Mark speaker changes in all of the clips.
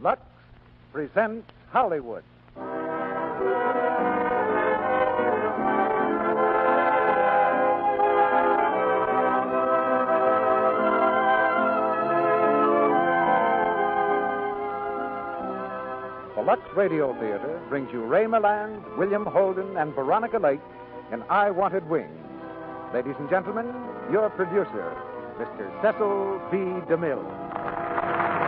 Speaker 1: Lux presents Hollywood. The Lux Radio Theater brings you Ray Milland, William Holden, and Veronica Lake in I Wanted Wings. Ladies and gentlemen, your producer, Mr. Cecil B. DeMille.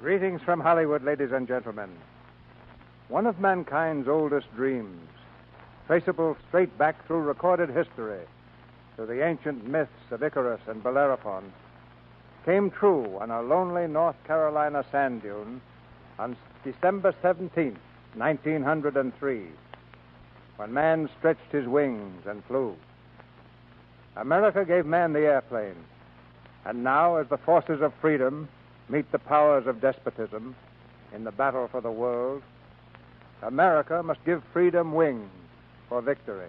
Speaker 1: Greetings from Hollywood, ladies and gentlemen. One of mankind's oldest dreams, traceable straight back through recorded history to the ancient myths of Icarus and Bellerophon, came true on a lonely North Carolina sand dune on December 17, 1903, when man stretched his wings and flew. America gave man the airplane, and now, as the forces of freedom meet the powers of despotism in the battle for the world, America must give freedom wings for victory.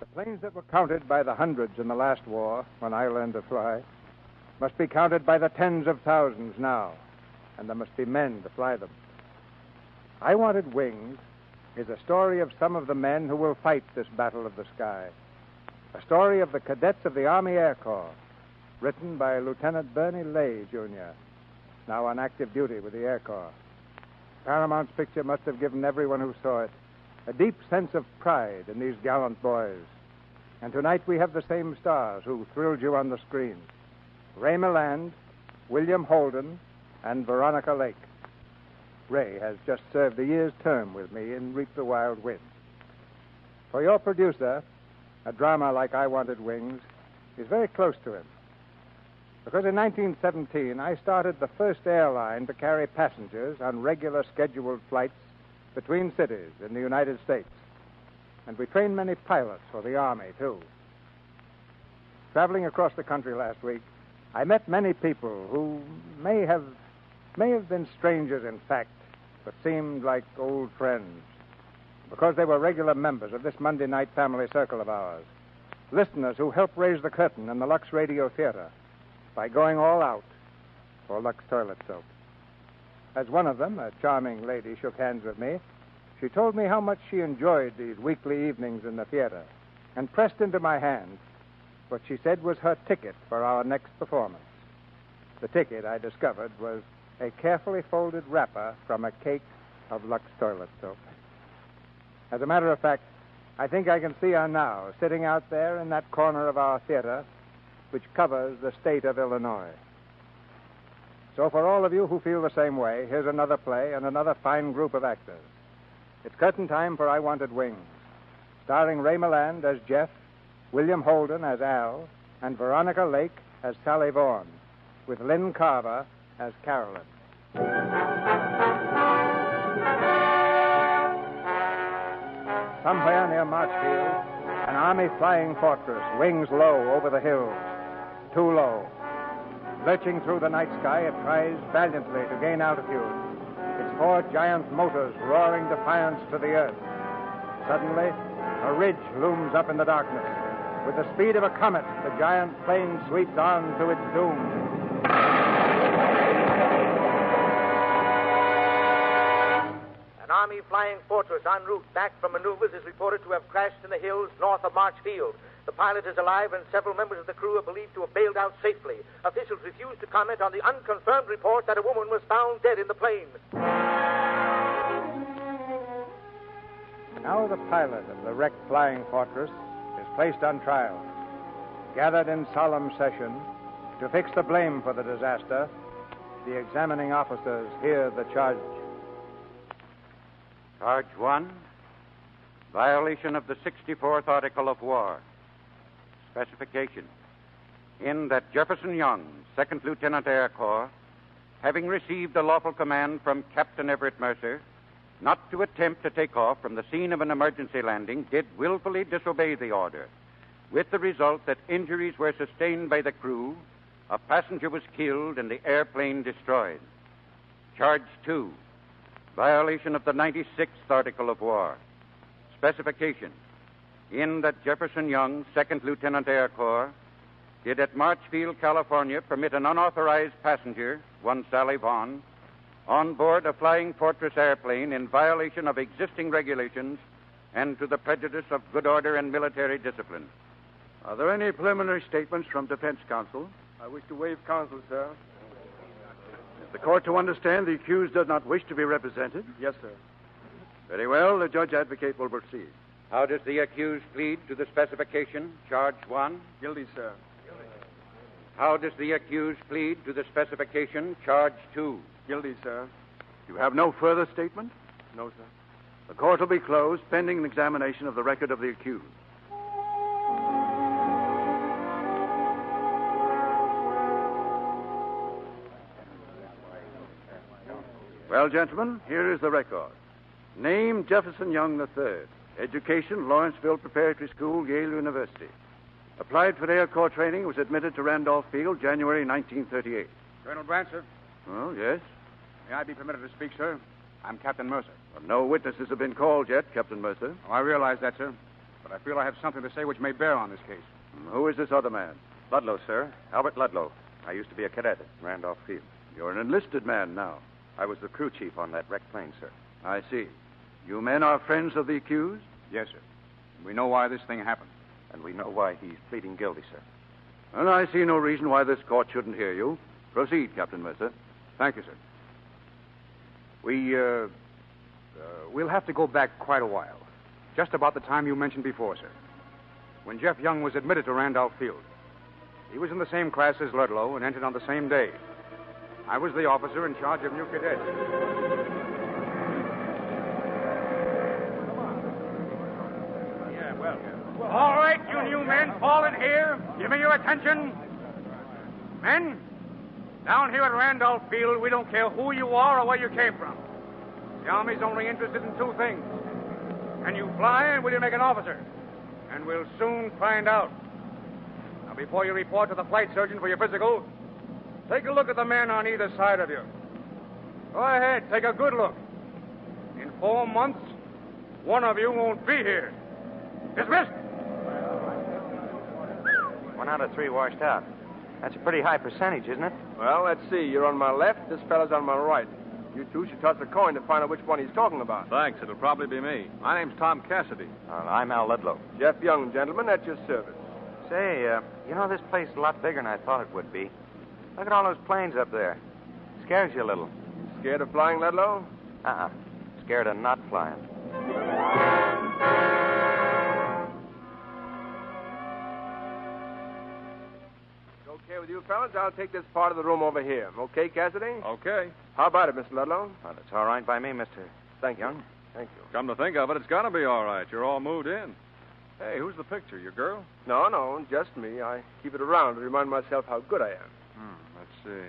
Speaker 1: The planes that were counted by the hundreds in the last war when I learned to fly must be counted by the tens of thousands now, and there must be men to fly them. I Wanted Wings is a story of some of the men who will fight this battle of the sky. A story of the cadets of the Army Air Corps, written by Lieutenant Bernie Lay, Jr., now on active duty with the Air Corps. Paramount's picture must have given everyone who saw it a deep sense of pride in these gallant boys. And tonight we have the same stars who thrilled you on the screen Ray Milland, William Holden, and Veronica Lake. Ray has just served a year's term with me in Reap the Wild Wind. For your producer, a drama like I Wanted Wings is very close to him. Because in 1917, I started the first airline to carry passengers on regular scheduled flights between cities in the United States. And we trained many pilots for the Army, too. Traveling across the country last week, I met many people who may have, may have been strangers in fact, but seemed like old friends. Because they were regular members of this Monday night family circle of ours. Listeners who helped raise the curtain in the Lux Radio Theater by going all out for Lux toilet soap. As one of them, a charming lady, shook hands with me, she told me how much she enjoyed these weekly evenings in the theater and pressed into my hand what she said was her ticket for our next performance. The ticket, I discovered, was a carefully folded wrapper from a cake of Lux toilet soap. As a matter of fact, I think I can see her now, sitting out there in that corner of our theater which covers the state of Illinois. So, for all of you who feel the same way, here's another play and another fine group of actors. It's curtain time for I Wanted Wings, starring Ray Milland as Jeff, William Holden as Al, and Veronica Lake as Sally Vaughan, with Lynn Carver as Carolyn. Somewhere near Marchfield, an army flying fortress, wings low over the hills. Too low. Lurching through the night sky, it tries valiantly to gain altitude. Its four giant motors roaring defiance to the earth. Suddenly, a ridge looms up in the darkness. With the speed of a comet, the giant plane sweeps on to its doom.
Speaker 2: An army flying fortress en route back from maneuvers is reported to have crashed in the hills north of Marchfield. The pilot is alive, and several members of the crew are believed to have bailed out safely. Officials refuse to comment on the unconfirmed report that a woman was found dead in the plane.
Speaker 1: Now the pilot of the wrecked Flying Fortress is placed on trial. Gathered in solemn session to fix the blame for the disaster, the examining officers hear the charge.
Speaker 3: Charge one violation of the 64th Article of War. Specification In that Jefferson Young, 2nd Lieutenant Air Corps, having received a lawful command from Captain Everett Mercer not to attempt to take off from the scene of an emergency landing, did willfully disobey the order, with the result that injuries were sustained by the crew, a passenger was killed, and the airplane destroyed. Charge 2 Violation of the 96th Article of War specification in that Jefferson Young, 2nd Lieutenant Air Corps, did at Marchfield, California, permit an unauthorized passenger, one Sally Vaughn, on board a Flying Fortress airplane in violation of existing regulations and to the prejudice of good order and military discipline.
Speaker 4: Are there any preliminary statements from defense counsel?
Speaker 5: I wish to waive counsel, sir.
Speaker 4: Is the court to understand the accused does not wish to be represented?
Speaker 5: Yes, sir.
Speaker 4: Very well. The judge advocate will proceed.
Speaker 3: How does the accused plead to the specification, charge one?
Speaker 5: Guilty, sir.
Speaker 3: Guilty. How does the accused plead to the specification, charge two?
Speaker 5: Guilty, sir.
Speaker 4: You have no further statement?
Speaker 5: No, sir.
Speaker 4: The court will be closed pending an examination of the record of the accused. Well, gentlemen, here is the record. Name Jefferson Young III. Education, Lawrenceville Preparatory School, Yale University. Applied for Air Corps training, was admitted to Randolph Field January 1938.
Speaker 6: Colonel Branson.
Speaker 4: Oh, yes?
Speaker 6: May I be permitted to speak, sir? I'm Captain Mercer.
Speaker 4: Well, no witnesses have been called yet, Captain Mercer.
Speaker 6: Oh, I realize that, sir. But I feel I have something to say which may bear on this case.
Speaker 4: Who is this other man?
Speaker 7: Ludlow, sir. Albert Ludlow. I used to be a cadet at Randolph Field.
Speaker 4: You're an enlisted man now.
Speaker 7: I was the crew chief on that wrecked plane, sir.
Speaker 4: I see. You men are friends of the accused?
Speaker 7: Yes, sir. We know why this thing happened. And we know why he's pleading guilty, sir.
Speaker 4: And I see no reason why this court shouldn't hear you. Proceed, Captain Mercer.
Speaker 6: Thank you, sir. We, uh, uh, we'll have to go back quite a while. Just about the time you mentioned before, sir. When Jeff Young was admitted to Randolph Field. He was in the same class as Ludlow and entered on the same day. I was the officer in charge of new cadets.
Speaker 8: All right, you new men, fall in here. Give me your attention. Men, down here at Randolph Field, we don't care who you are or where you came from. The Army's only interested in two things. Can you fly and will you make an officer? And we'll soon find out. Now, before you report to the flight surgeon for your physical, take a look at the men on either side of you. Go ahead, take a good look. In four months, one of you won't be here. Dismissed!
Speaker 7: One out of three washed out. That's a pretty high percentage, isn't it?
Speaker 5: Well, let's see. You're on my left, this fellow's on my right. You two should toss a coin to find out which one he's talking about.
Speaker 9: Thanks. It'll probably be me. My name's Tom Cassidy.
Speaker 7: Uh, I'm Al Ludlow.
Speaker 5: Jeff Young, gentlemen, at your service.
Speaker 7: Say, uh, you know, this place is a lot bigger than I thought it would be. Look at all those planes up there. Scares you a little.
Speaker 5: Scared of flying, Ludlow?
Speaker 7: Uh-uh. Scared of not flying.
Speaker 5: okay with you fellas, I'll take this part of the room over here. Okay, Cassidy?
Speaker 9: Okay.
Speaker 5: How about it, Mr. Ludlow?
Speaker 7: Well, it's all right by me, Mr.
Speaker 5: Thank
Speaker 7: Young. You.
Speaker 5: Thank you.
Speaker 9: Come to think of it, it's got to be all right. You're all moved in. Hey, who's the picture? Your girl?
Speaker 5: No, no, just me. I keep it around to remind myself how good I am.
Speaker 9: Hmm, let's see.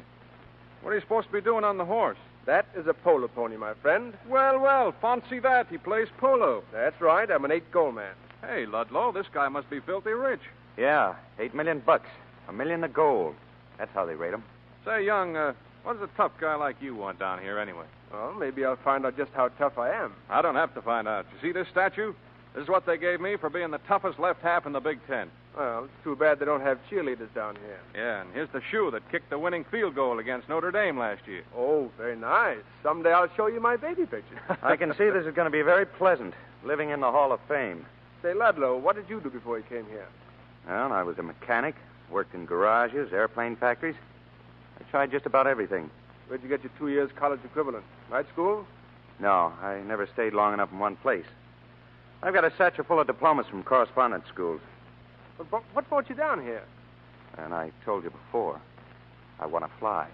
Speaker 9: What are you supposed to be doing on the horse?
Speaker 5: That is a polo pony, my friend.
Speaker 9: Well, well, fancy that. He plays polo.
Speaker 5: That's right. I'm an eight goal man.
Speaker 9: Hey, Ludlow, this guy must be filthy rich.
Speaker 7: Yeah, eight million bucks. A million of gold. That's how they rate 'em.
Speaker 9: Say, Young, uh, what does a tough guy like you want down here anyway?
Speaker 5: Well, maybe I'll find out just how tough I am.
Speaker 9: I don't have to find out. You see this statue? This is what they gave me for being the toughest left half in the Big Ten.
Speaker 5: Well, it's too bad they don't have cheerleaders down here.
Speaker 9: Yeah, and here's the shoe that kicked the winning field goal against Notre Dame last year.
Speaker 5: Oh, very nice. Someday I'll show you my baby picture.
Speaker 7: I can see this is going to be very pleasant, living in the Hall of Fame.
Speaker 5: Say, Ludlow, what did you do before you came here?
Speaker 7: Well, I was a mechanic, worked in garages, airplane factories. I tried just about everything.
Speaker 5: Where'd you get your two years college equivalent? Night school?
Speaker 7: No, I never stayed long enough in one place. I've got a satchel full of diplomas from correspondence schools,
Speaker 5: But, but what brought you down here?
Speaker 7: and I told you before, I want to fly.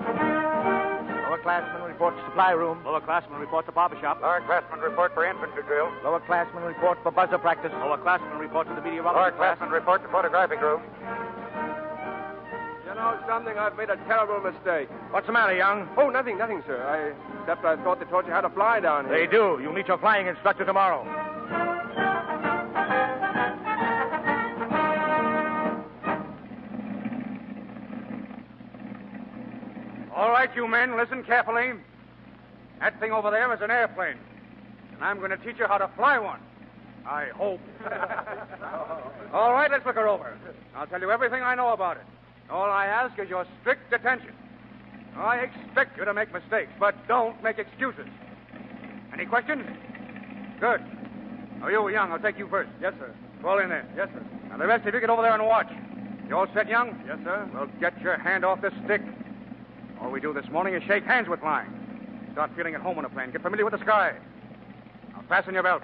Speaker 3: Lower classman report to supply room. Lower classman report to barber shop. Lower classman report for infantry drill. Lower classman report for buzzer practice. Lower classman report to the meteorology
Speaker 5: Lower classman
Speaker 3: report to photographic room.
Speaker 5: You know something? I've made a terrible mistake. What's the matter, Young? Oh, nothing, nothing, sir. I, except I thought they taught you how to fly down here.
Speaker 3: They do. You'll meet your flying instructor tomorrow.
Speaker 8: All right, you men, listen carefully. That thing over there is an airplane, and I'm going to teach you how to fly one. I hope. All right, let's look her over. I'll tell you everything I know about it. All I ask is your strict attention. I expect you to make mistakes, but don't make excuses. Any questions? Good. Now, you, Young, I'll take you first. Yes, sir. Fall in there. Yes, sir. Now, the rest of you get over there and watch. You all set, Young? Yes, sir. Well, get your hand off this stick. All we do this morning is shake hands with flying. Start feeling at home on the plane. Get familiar with the sky. Now, fasten your belt.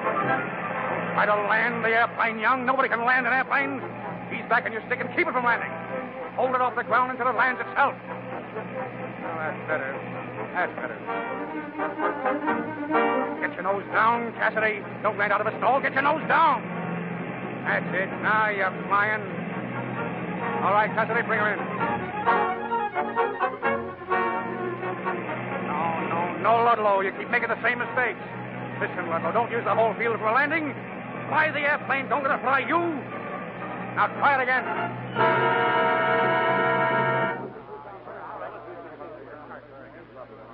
Speaker 8: Try to land the airplane, young. Nobody can land an airplane. He's back on your stick and keep it from landing. Hold it off the ground until it lands itself. Well, that's better. That's better. Get your nose down, Cassidy. Don't land out of a stall. Get your nose down. That's it. Now you're flying. All right, Cassidy, bring her in. No, no, no, Ludlow. You keep making the same mistakes. Listen, Ludlow, don't use the whole field for a landing. Fly the airplane. Don't let it fly you. Now try it again.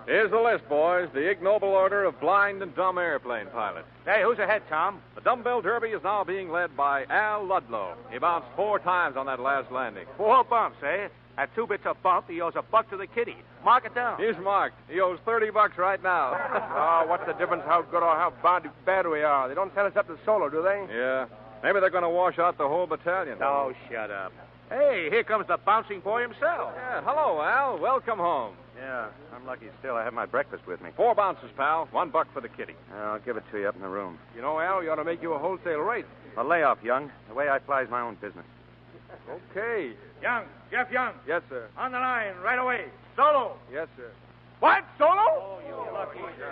Speaker 8: Here's the list, boys. The ignoble order of blind and dumb airplane pilots. Hey, who's ahead, Tom? The dumbbell derby is now being led by Al Ludlow. He bounced four times on that last landing.
Speaker 9: Four bumps, eh? At two bits a bump, he owes a buck to the kitty. Mark it down.
Speaker 8: He's marked. He owes 30 bucks right now.
Speaker 5: Oh, what's the difference how good or how bad, bad we are? They don't send us up to solo, do they?
Speaker 8: yeah. Maybe they're going to wash out the whole battalion.
Speaker 9: Oh, shut up. Hey, here comes the bouncing boy himself.
Speaker 8: Yeah, hello, Al. Welcome home.
Speaker 7: Yeah, I'm lucky still. I have my breakfast with me.
Speaker 8: Four bounces, pal. One buck for the kitty.
Speaker 7: I'll give it to you up in the room.
Speaker 5: You know, Al, you ought to make you a wholesale rate.
Speaker 7: A layoff, Young. The way I fly is my own business.
Speaker 5: Okay.
Speaker 4: Young, Jeff Young,
Speaker 5: Yes, sir.
Speaker 4: on the line right away. Solo.
Speaker 5: Yes, sir.
Speaker 4: What?
Speaker 9: Oh,
Speaker 5: Solo?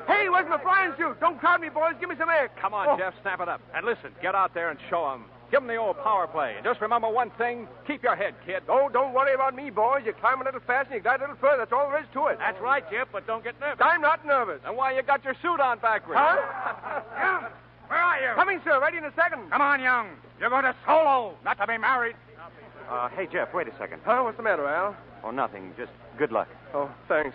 Speaker 4: Hey, where's my flying suit? Don't crowd me, boys. Give me some air.
Speaker 9: Come
Speaker 5: Oh.
Speaker 9: on, Jeff, snap it up. And listen, get out there and show him. Give him the old power play. And just remember one thing keep your head, kid.
Speaker 5: Oh, don't worry about me, boys. You climb a little faster, you glide a little further. That's all there is to it.
Speaker 9: That's right, Jeff, but don't get nervous.
Speaker 5: I'm not nervous.
Speaker 9: And why you got your suit on backwards?
Speaker 5: Huh?
Speaker 4: Young, where are you?
Speaker 5: Coming, sir. Ready in a second.
Speaker 8: Come on, Young. You're going to solo, not to be married.
Speaker 7: Uh, hey, Jeff, wait a second.
Speaker 5: Huh? What's the matter, Al?
Speaker 7: Oh, nothing. Just good luck.
Speaker 5: Oh, thanks.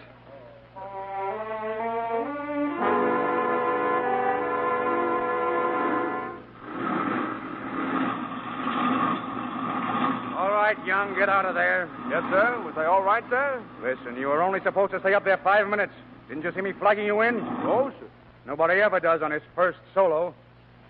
Speaker 8: All right, Young, get out of there.
Speaker 5: Yes, sir. Was I all right, sir?
Speaker 8: Listen, you were only supposed to stay up there five minutes. Didn't you see me flagging you in?
Speaker 5: Oh, sir.
Speaker 8: Nobody ever does on his first solo.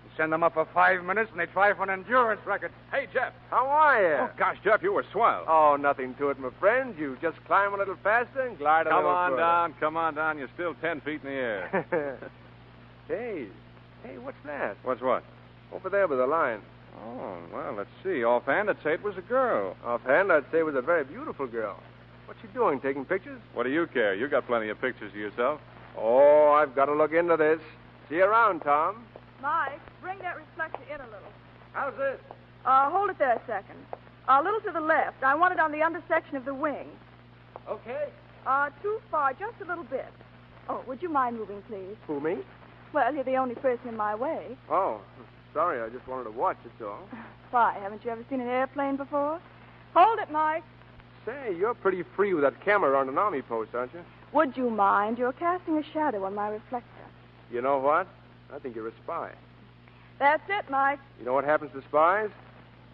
Speaker 8: You send them up for five minutes and they try for an endurance record.
Speaker 9: Hey, Jeff.
Speaker 5: How are you?
Speaker 8: Oh, gosh, Jeff, you were swell.
Speaker 5: Oh, nothing to it, my friend. You just climb a little faster and glide a
Speaker 8: come
Speaker 5: little
Speaker 8: on
Speaker 5: further.
Speaker 8: down, come on down. You're still ten feet in the air.
Speaker 5: hey, hey, what's that?
Speaker 8: What's what?
Speaker 5: Over there by the line.
Speaker 8: Oh, well, let's see. Offhand, I'd say it was a girl.
Speaker 5: Offhand, I'd say it was a very beautiful girl. What's she doing, taking pictures?
Speaker 8: What do you care? You got plenty of pictures of yourself.
Speaker 5: Oh, I've got to look into this. See you around, Tom.
Speaker 10: Mike, bring that reflector in a little.
Speaker 5: How's this?
Speaker 10: Uh, hold it there a second. Uh, A little to the left. I want it on the undersection of the wing.
Speaker 5: Okay.
Speaker 10: Uh, too far, just a little bit. Oh, would you mind moving, please?
Speaker 5: Who, me?
Speaker 10: Well, you're the only person in my way.
Speaker 5: Oh, sorry. I just wanted to watch, it's all.
Speaker 10: Why, haven't you ever seen an airplane before? Hold it, Mike.
Speaker 5: Say, you're pretty free with that camera on an army post, aren't you?
Speaker 10: Would you mind? You're casting a shadow on my reflector.
Speaker 5: You know what? I think you're a spy.
Speaker 10: That's it, Mike.
Speaker 5: You know what happens to spies?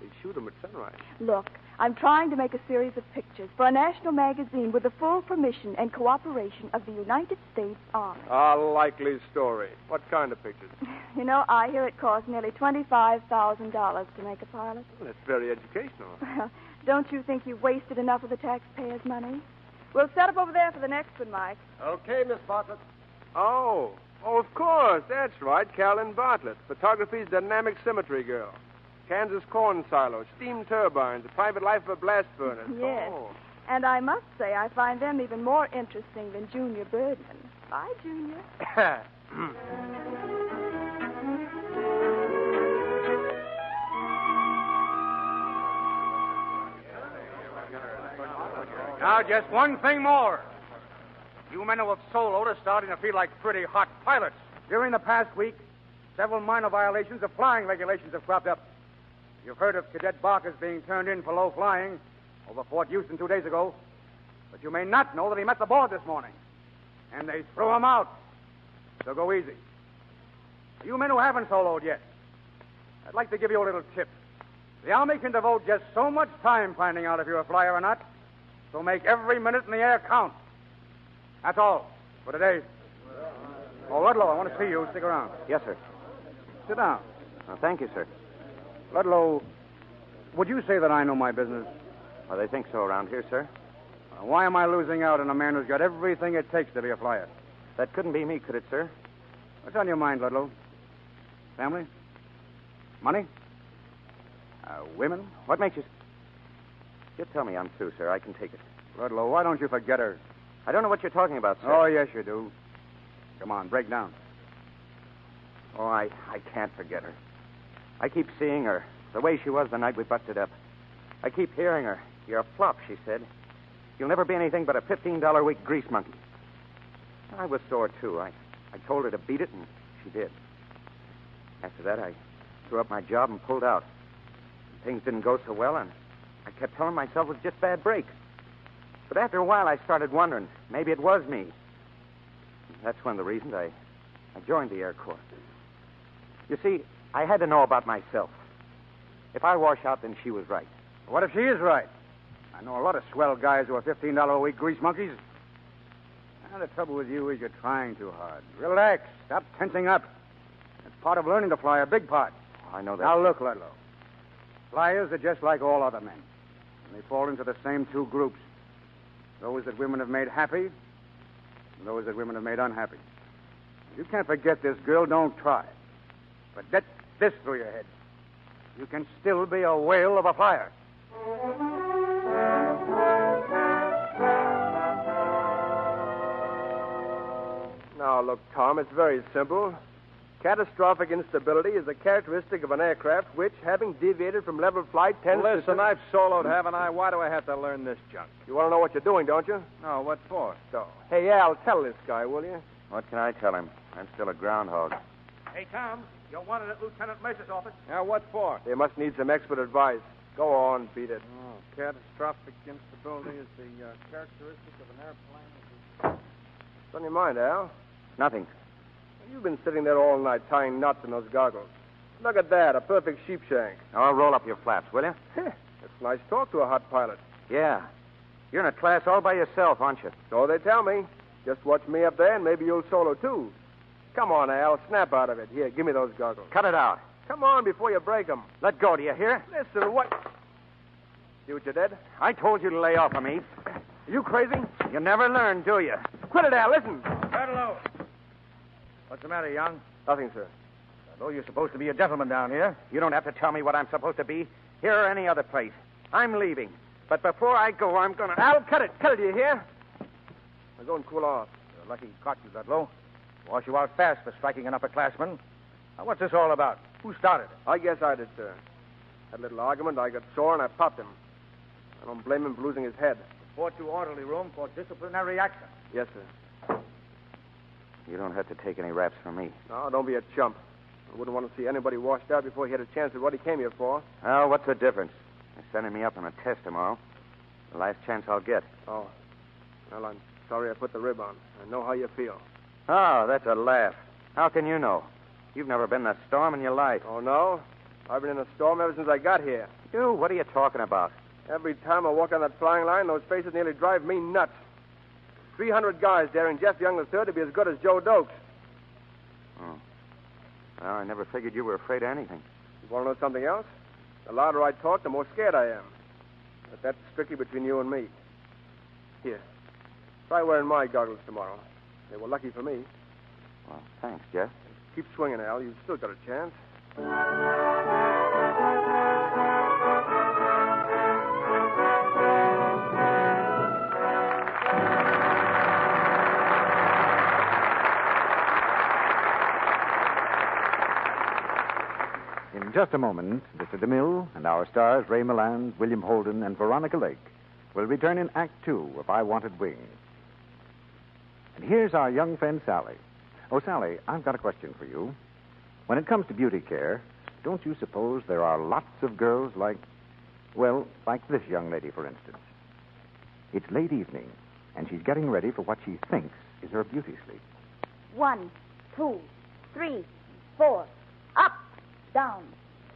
Speaker 5: They shoot 'em at sunrise.
Speaker 10: Look, I'm trying to make a series of pictures for a national magazine with the full permission and cooperation of the United States Army.
Speaker 5: A likely story. What kind of pictures?
Speaker 10: You know, I hear it costs nearly $25,000 to make a pilot.
Speaker 5: Well, that's very educational.
Speaker 10: Well, don't you think you've wasted enough of the taxpayers' money? We'll set up over there for the next one, Mike.
Speaker 5: Okay, Miss Bartlett. Oh. Oh, of course. That's right. Carolyn Bartlett, photography's dynamic symmetry girl. Kansas corn silos, steam turbines, the private life of a blast furnace.
Speaker 10: Yes.
Speaker 5: Oh.
Speaker 10: And I must say, I find them even more interesting than Junior Birdman. Bye, Junior.
Speaker 3: Now, just one thing more. You men who have soloed are starting to feel like pretty hot pilots. During the past week, several minor violations of flying regulations have cropped up. You've heard of Cadet Barker's being turned in for low flying over Fort Houston two days ago, but you may not know that he met the board this morning, and they threw him out. So go easy. You men who haven't soloed yet, I'd like to give you a little tip. The Army can devote just so much time finding out if you're a flyer or not, so make every minute in the air count. That's all for today. Oh, Ludlow, I want to see you. Stick around.
Speaker 7: Yes, sir. Uh,
Speaker 3: Sit down.
Speaker 7: thank you, sir.
Speaker 3: Ludlow, would you say that I know my business?
Speaker 7: Well, they think so around here, sir.
Speaker 3: Uh, Why am I losing out on a man who's got everything it takes to be a flyer?
Speaker 7: That couldn't be me, could it, sir?
Speaker 3: What's on your mind, Ludlow? Family? Money? Uh, women?
Speaker 7: What makes you. You tell me I'm through, sir. I can take it.
Speaker 3: Ludlow, why don't you forget her?
Speaker 7: I don't know what you're talking about, sir.
Speaker 3: Oh, yes, you do. Come on, break down.
Speaker 7: Oh, I, I can't forget her. I keep seeing her, the way she was the night we busted up. I keep hearing her. You're a flop, she said. You'll never be anything but a $15 a week grease monkey. I was sore, too. I, I told her to beat it, and she did. After that, I threw up my job and pulled out. Things didn't go so well, and I kept telling myself it was just bad break. But after a while, I started wondering maybe it was me. That's one of the reasons I, I joined the Air Corps. You see, I had to know about myself. If I wash out, then she was right.
Speaker 3: What if she is right? I know Oh, a lot of swell guys who are $15 a week grease monkeys. Now, the trouble with you is you're trying too hard. Relax. Stop tensing up. It's part of learning to fly, a big part.
Speaker 7: Oh, I know that.
Speaker 3: Now, look, Ludlow. Flyers are just like all other men, and they fall into the same two groups those that women have made happy, and those that women have made unhappy. If you can't forget this girl, don't try. But let this through your head. You can still be a whale of a flyer.
Speaker 5: Now, look, Tom, it's very simple. Catastrophic instability is a characteristic of an aircraft which, having deviated from level flight, tends to.
Speaker 9: Listen, I've soloed, haven't I? Why do I have to learn this junk?
Speaker 5: You want to know what you're doing, don't you?
Speaker 9: No, what for?
Speaker 5: So, hey, Al, tell this guy, will you?
Speaker 7: What can I tell him? I'm still a groundhog.
Speaker 3: Hey, Tom, you're wanted at Lieutenant Mercer's office.
Speaker 9: Now, what for?
Speaker 5: They must need some expert advice. Go on, beat it.
Speaker 9: Oh, catastrophic instability is the uh, characteristic of an airplane.
Speaker 5: What's on your mind, Al?
Speaker 7: Nothing.
Speaker 5: You've been sitting there all night tying knots in those goggles. Look at that, a perfect sheepshank.
Speaker 7: Now, I'll roll up your flaps, will you?
Speaker 5: It's nice talk to a hot pilot.
Speaker 7: Yeah. You're in a class all by yourself, aren't you?
Speaker 5: So they tell me. Just watch me up there, and maybe you'll solo too. Come on, Al, snap out of it. Here, give me those goggles.
Speaker 7: Cut it out.
Speaker 5: Come on before you break 'em.
Speaker 7: Let go, do you hear?
Speaker 5: Listen, what? See what you did?
Speaker 7: I told you to lay off of me.
Speaker 5: You crazy?
Speaker 7: You never learn, do you?
Speaker 5: Quit it, Al. Listen.
Speaker 1: Hello. What's the matter, Young?
Speaker 5: Nothing, sir.
Speaker 1: I know you're supposed to be a gentleman down here.
Speaker 7: You don't have to tell me what I'm supposed to be, here or any other place. I'm leaving. But before I go, I'm going to.
Speaker 5: Al, cut it. Cut it, do you hear? Now go and cool off.
Speaker 1: You're lucky he caught you, Ludlow. Wash you out fast for striking an upperclassman. Now, what's this all about? Who started it?
Speaker 5: I guess I did, sir. Had a little argument. I got sore, and I popped him. I don't blame him for losing his head.
Speaker 1: Report to orderly room for disciplinary action.
Speaker 5: Yes, sir.
Speaker 7: You don't have to take any raps from me.
Speaker 5: No, don't be a chump. I wouldn't want to see anybody washed out before he had a chance at what he came here for.
Speaker 7: Oh, what's the difference? They're sending me up on a test tomorrow. The last chance I'll get.
Speaker 5: Oh. Well, I'm sorry I put the rib on. I know how you feel.
Speaker 7: Oh, that's a laugh. How can you know? You've never been in a storm in your life.
Speaker 5: Oh, no? I've been in a storm ever since I got here.
Speaker 7: You, what are you talking about?
Speaker 5: Every time I walk on that flying line, those faces nearly drive me nuts. 300 guys there, and Jeff Young III to be as good as Joe Doakes.
Speaker 7: Hmm. Well, I never figured you were afraid of anything.
Speaker 5: You want to know something else? The louder I talk, the more scared I am. But that's strictly between you and me. Here. Try wearing my goggles tomorrow. They were lucky for me.
Speaker 7: Well, thanks, Jeff.
Speaker 5: Keep swinging, Al. You've still got a chance.
Speaker 1: In just a moment, Mr. DeMille and our stars, Ray Milland, William Holden, and Veronica Lake, will return in Act Two of I Wanted Wings. And here's our young friend, Sally. Oh, Sally, I've got a question for you. When it comes to beauty care, don't you suppose there are lots of girls like, well, like this young lady, for instance? It's late evening, and she's getting ready for what she thinks is her beauty sleep.
Speaker 11: One, two, three, four. Up, down,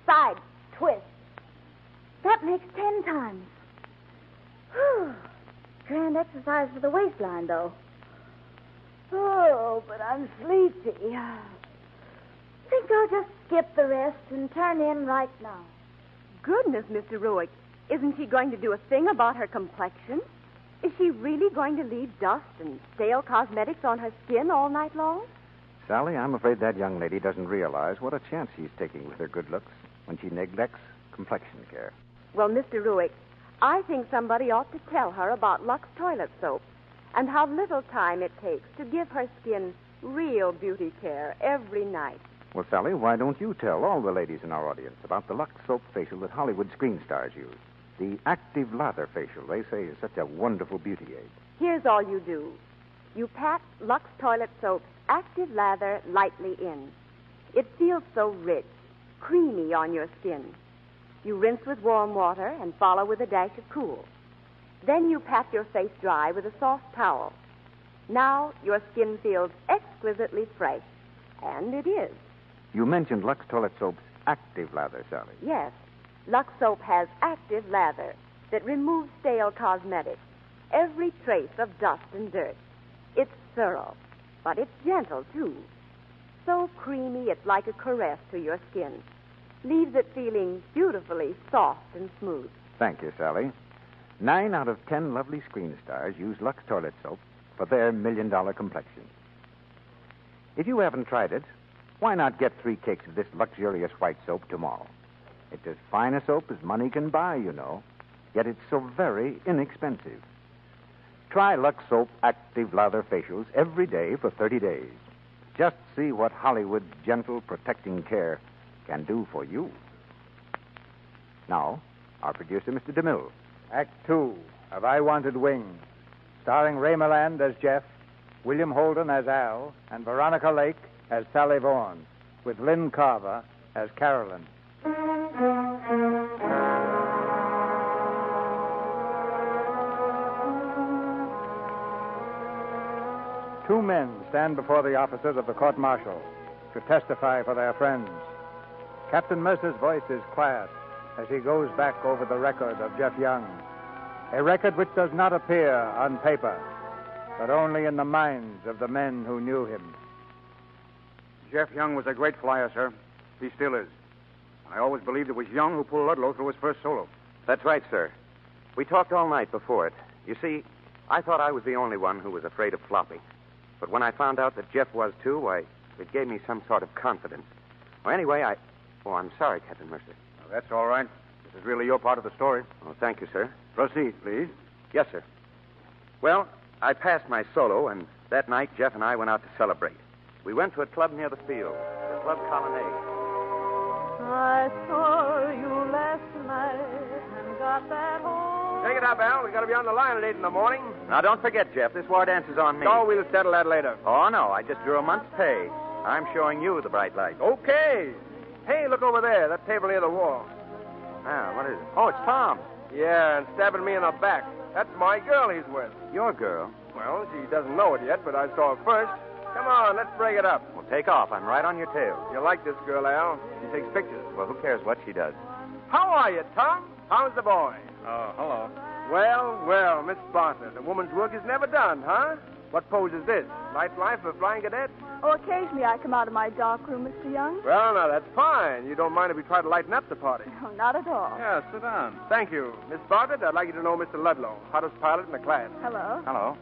Speaker 11: side, twist. That makes ten times. Whew. Grand exercise for the waistline, though. Oh, but I'm sleepy. Think I'll just skip the rest and turn in right now.
Speaker 12: Goodness, Mr. Ruick, isn't she going to do a thing about her complexion? Is she really going to leave dust and stale cosmetics on her skin all night long?
Speaker 1: Sally, I'm afraid that young lady doesn't realize what a chance she's taking with her good looks when she neglects complexion care.
Speaker 12: Well, Mr. Ruick, I think somebody ought to tell her about Lux toilet soap and how little time it takes to give her skin real beauty care every night.
Speaker 1: Well, Sally, why don't you tell all the ladies in our audience about the Lux Soap facial that Hollywood screen stars use? The active lather facial, they say, is such a wonderful beauty aid.
Speaker 12: Here's all you do you pat Lux Toilet Soap's active lather lightly in. It feels so rich, creamy on your skin. You rinse with warm water and follow with a dash of cool. Then you pat your face dry with a soft towel. Now your skin feels exquisitely fresh, and it is.
Speaker 1: You mentioned Lux Toilet Soap's active lather, Sally.
Speaker 12: Yes, Lux Soap has active lather that removes stale cosmetics, every trace of dust and dirt. It's thorough, but it's gentle, too. So creamy, it's like a caress to your skin. Leaves it feeling beautifully soft and smooth.
Speaker 1: Thank you, Sally. Nine out of ten lovely screen stars use Lux Toilet Soap for their million dollar complexion. If you haven't tried it, why not get three cakes of this luxurious white soap tomorrow? It's as fine a soap as money can buy, you know, yet it's so very inexpensive. Try Lux Soap Active Lather Facials every day for 30 days. Just see what Hollywood's gentle, protecting care can do for you. Now, our producer, Mr. DeMille.
Speaker 4: Act two of I Wanted Wings, starring Ray Milland as Jeff, William Holden as Al, and Veronica Lake as Sally Vaughan, with Lynn Carver as Carolyn. Two men stand before the officers of the court martial to testify for their friends. Captain Mercer's voice is quiet as he goes back over the record of Jeff Young, a record which does not appear on paper, but only in the minds of the men who knew him.
Speaker 3: Jeff Young was a great flyer, sir. He still is. I always believed it was Young who pulled Ludlow through his first solo.
Speaker 7: That's right, sir. We talked all night before it. You see, I thought I was the only one who was afraid of Floppy. But when I found out that Jeff was too, why, it gave me some sort of confidence. Well, anyway, I. Oh, I'm sorry, Captain Mercer.
Speaker 13: That's all right. This is really your part of the story.
Speaker 7: Oh, thank you, sir.
Speaker 13: Proceed, please.
Speaker 7: Yes, sir. Well, I passed my solo, and that night Jeff and I went out to celebrate. We went to a club near the field, the club colonnade.
Speaker 14: I saw you last night and got that whole.
Speaker 5: Take it up, Al. We gotta be on the line at 8 in the morning.
Speaker 7: Now, don't forget, Jeff, this war dance is on me.
Speaker 5: Oh, we'll settle that later.
Speaker 7: Oh, no, I just drew a month's pay. I'm showing you the bright light.
Speaker 5: Okay. Hey, look over there, that table near the wall.
Speaker 7: Ah, what is it? Oh, it's Tom.
Speaker 5: Yeah, and stabbing me in the back. That's my girl he's with.
Speaker 7: Your girl.
Speaker 5: Well, she doesn't know it yet, but I saw her first. Come on, let's break it up.
Speaker 7: Well, take off. I'm right on your tail.
Speaker 5: You like this girl, Al? She takes pictures.
Speaker 7: Well, who cares what she does?
Speaker 5: How are you, Tom? How's the boy?
Speaker 1: Oh, hello.
Speaker 5: Well, well, Miss Bartlett, a woman's work is never done, huh? What pose is this? Night life of a flying cadet?
Speaker 10: Oh, occasionally I come out of my dark room, Mr. Young.
Speaker 5: Well, now, that's fine. You don't mind if we try to lighten up the party.
Speaker 10: No, not at all.
Speaker 5: Yeah, sit down. Thank you. Miss Bartlett, I'd like you to know Mr. Ludlow, hottest pilot in the class.
Speaker 10: Hello.
Speaker 5: Hello.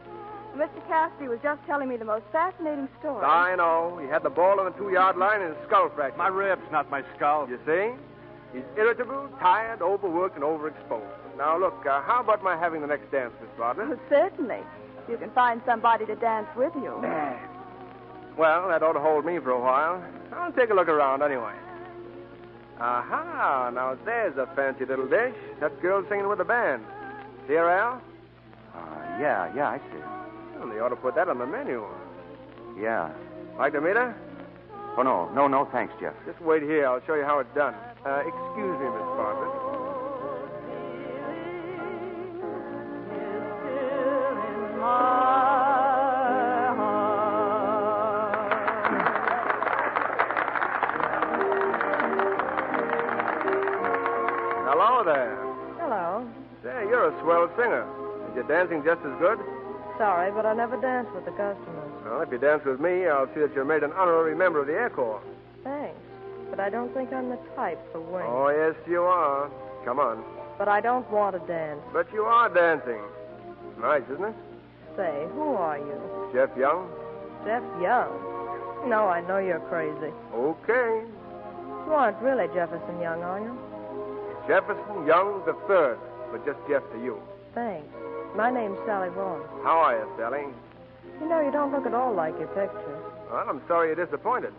Speaker 10: Mr. Cassidy was just telling me the most fascinating story.
Speaker 5: I know. He had the ball on the two yard line and his skull fractured. My ribs, not my skull. You see? He's irritable, tired, overworked, and overexposed. Now, look, uh, how about my having the next dance, Miss Bartlett?
Speaker 10: Oh, certainly. You can find somebody to dance with you.
Speaker 5: Well, that ought to hold me for a while. I'll take a look around anyway. Aha! Now there's a fancy little dish. That girl singing with the band. See her, Al?
Speaker 7: Uh, yeah, yeah, I see.
Speaker 5: Well, they ought to put that on the menu.
Speaker 7: Yeah.
Speaker 5: Like to meet her?
Speaker 7: Oh, no, no, no, thanks, Jeff.
Speaker 5: Just wait here. I'll show you how it's done. Uh, excuse me, Miss Bartlett. Hello there.
Speaker 15: Hello.
Speaker 5: Say, you're a swell singer. Is your dancing just as good?
Speaker 15: Sorry, but I never dance with the customers.
Speaker 5: Well, if you dance with me, I'll see that you're made an honorary member of the Air Corps.
Speaker 15: Thanks. But I don't think I'm the type for wings.
Speaker 5: Oh, yes, you are. Come on.
Speaker 15: But I don't want to dance.
Speaker 5: But you are dancing. Nice, isn't it?
Speaker 15: Say, who are you?
Speaker 5: Jeff Young?
Speaker 15: Jeff Young. No, I know you're crazy.
Speaker 5: Okay.
Speaker 15: You aren't really Jefferson Young, are you?
Speaker 5: Jefferson Young the third, but just Jeff to you.
Speaker 15: Thanks. My name's Sally Vaughan.
Speaker 5: How are you, Sally?
Speaker 15: You know, you don't look at all like your picture.
Speaker 5: Well, I'm sorry you're disappointed.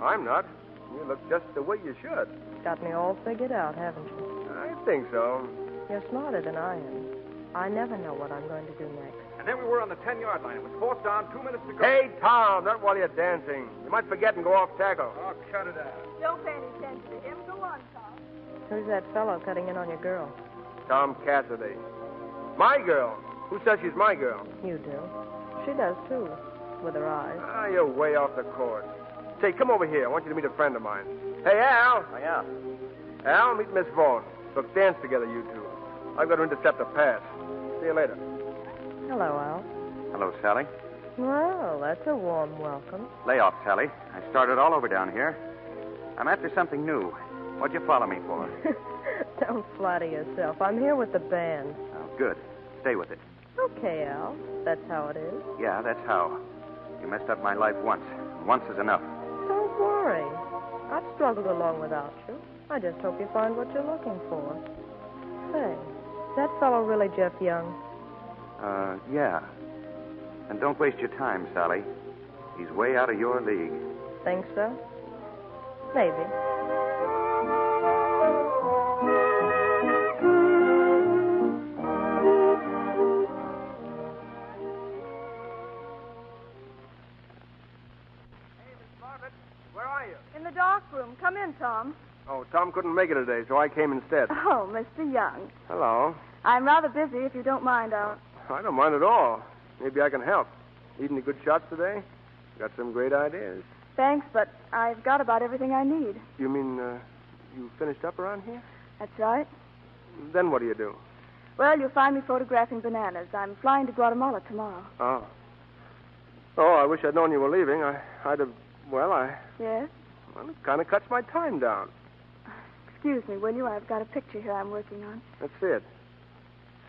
Speaker 5: I'm not. You look just the way you should.
Speaker 15: Got me all figured out, haven't you?
Speaker 5: I think so.
Speaker 15: You're smarter than I am. I never know what I'm going to do next.
Speaker 1: And then we were on the 10 yard line. It was fourth down, two minutes to go.
Speaker 5: Hey, Tom, not while you're dancing. You might forget and go off tackle.
Speaker 1: Oh, cut it out.
Speaker 10: Don't pay any attention to him. Go on, Tom.
Speaker 15: Who's that fellow cutting in on your girl?
Speaker 5: Tom Cassidy. My girl. Who says she's my girl?
Speaker 15: You do. She does, too, with her eyes.
Speaker 5: Ah, you're way off the course. Say, come over here. I want you to meet a friend of mine. Hey, Al.
Speaker 7: Oh, yeah.
Speaker 5: Al, meet Miss Vaughn. Look, dance together, you two. I've got to intercept a pass. See you later.
Speaker 15: Hello, Al.
Speaker 7: Hello, Sally.
Speaker 15: Well, that's a warm welcome.
Speaker 7: Lay off, Sally. I started all over down here. I'm after something new. What'd you follow me for?
Speaker 15: Don't flatter yourself. I'm here with the band.
Speaker 7: Oh, good. Stay with it.
Speaker 15: Okay, Al. That's how it is.
Speaker 7: Yeah, that's how. You messed up my life once. Once is enough.
Speaker 15: Don't worry. I've struggled along without you. I just hope you find what you're looking for. Say, is that fellow really Jeff Young?
Speaker 7: Uh, yeah. And don't waste your time, Sally. He's way out of your league.
Speaker 15: Think so? Maybe.
Speaker 5: Where are you?
Speaker 10: In the dark room. Come in, Tom.
Speaker 5: Oh, Tom couldn't make it today, so I came instead.
Speaker 10: Oh, Mr. Young.
Speaker 5: Hello.
Speaker 10: I'm rather busy, if you don't mind, Uh, I'll.
Speaker 5: I don't mind at all. Maybe I can help. Eating the good shots today? Got some great ideas.
Speaker 10: Thanks, but I've got about everything I need.
Speaker 5: You mean uh, you finished up around here?
Speaker 10: That's right.
Speaker 5: Then what do you do?
Speaker 10: Well, you'll find me photographing bananas. I'm flying to Guatemala tomorrow.
Speaker 5: Oh. Oh, I wish I'd known you were leaving. I, I'd have. Well, I.
Speaker 10: Yes?
Speaker 5: Well, it kind of cuts my time down.
Speaker 10: Excuse me, will you? I've got a picture here I'm working on.
Speaker 5: That's it.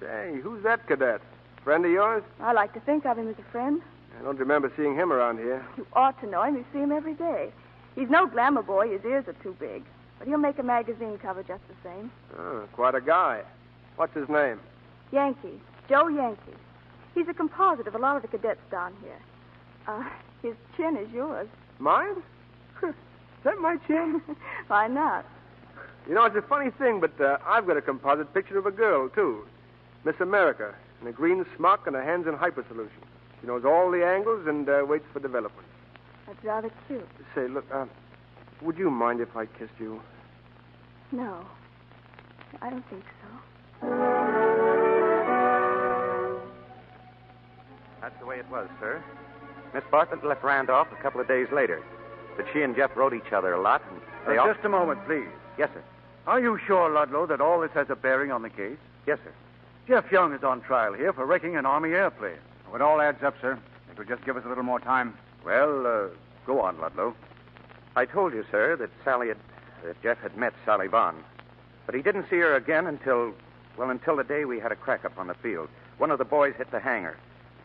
Speaker 5: Say, who's that cadet? Friend of yours?
Speaker 10: I like to think of him as a friend.
Speaker 5: I don't remember seeing him around here.
Speaker 10: You ought to know him. You see him every day. He's no glamour boy. His ears are too big. But he'll make a magazine cover just the same.
Speaker 5: Oh, quite a guy. What's his name?
Speaker 10: Yankee. Joe Yankee. He's a composite of a lot of the cadets down here. Uh, his chin is yours.
Speaker 5: Mine? is that my chin?
Speaker 10: Why not?
Speaker 5: You know, it's a funny thing, but uh, I've got a composite picture of a girl, too. Miss America, in a green smock and her hands in hyper solution. She knows all the angles and uh, waits for development.
Speaker 10: That's rather cute.
Speaker 5: Say, look, uh, would you mind if I kissed you?
Speaker 10: No. I don't think so.
Speaker 7: That's the way it was, sir. Miss Bartlett left Randolph a couple of days later. But she and Jeff rode each other a lot, and they
Speaker 3: Uh,
Speaker 7: all...
Speaker 3: Just a moment, please.
Speaker 7: Yes, sir.
Speaker 3: Are you sure, Ludlow, that all this has a bearing on the case? Yes, sir. Jeff Young is on trial here for wrecking an Army airplane.
Speaker 16: Well, it all adds up, sir. It'll just give us a little more time.
Speaker 7: Well, uh, go on, Ludlow. I told you, sir, that Sally had, that Jeff had met Sally Vaughn, but he didn't see her again until, well, until the day we had a crack up on the field. One of the boys hit the hangar.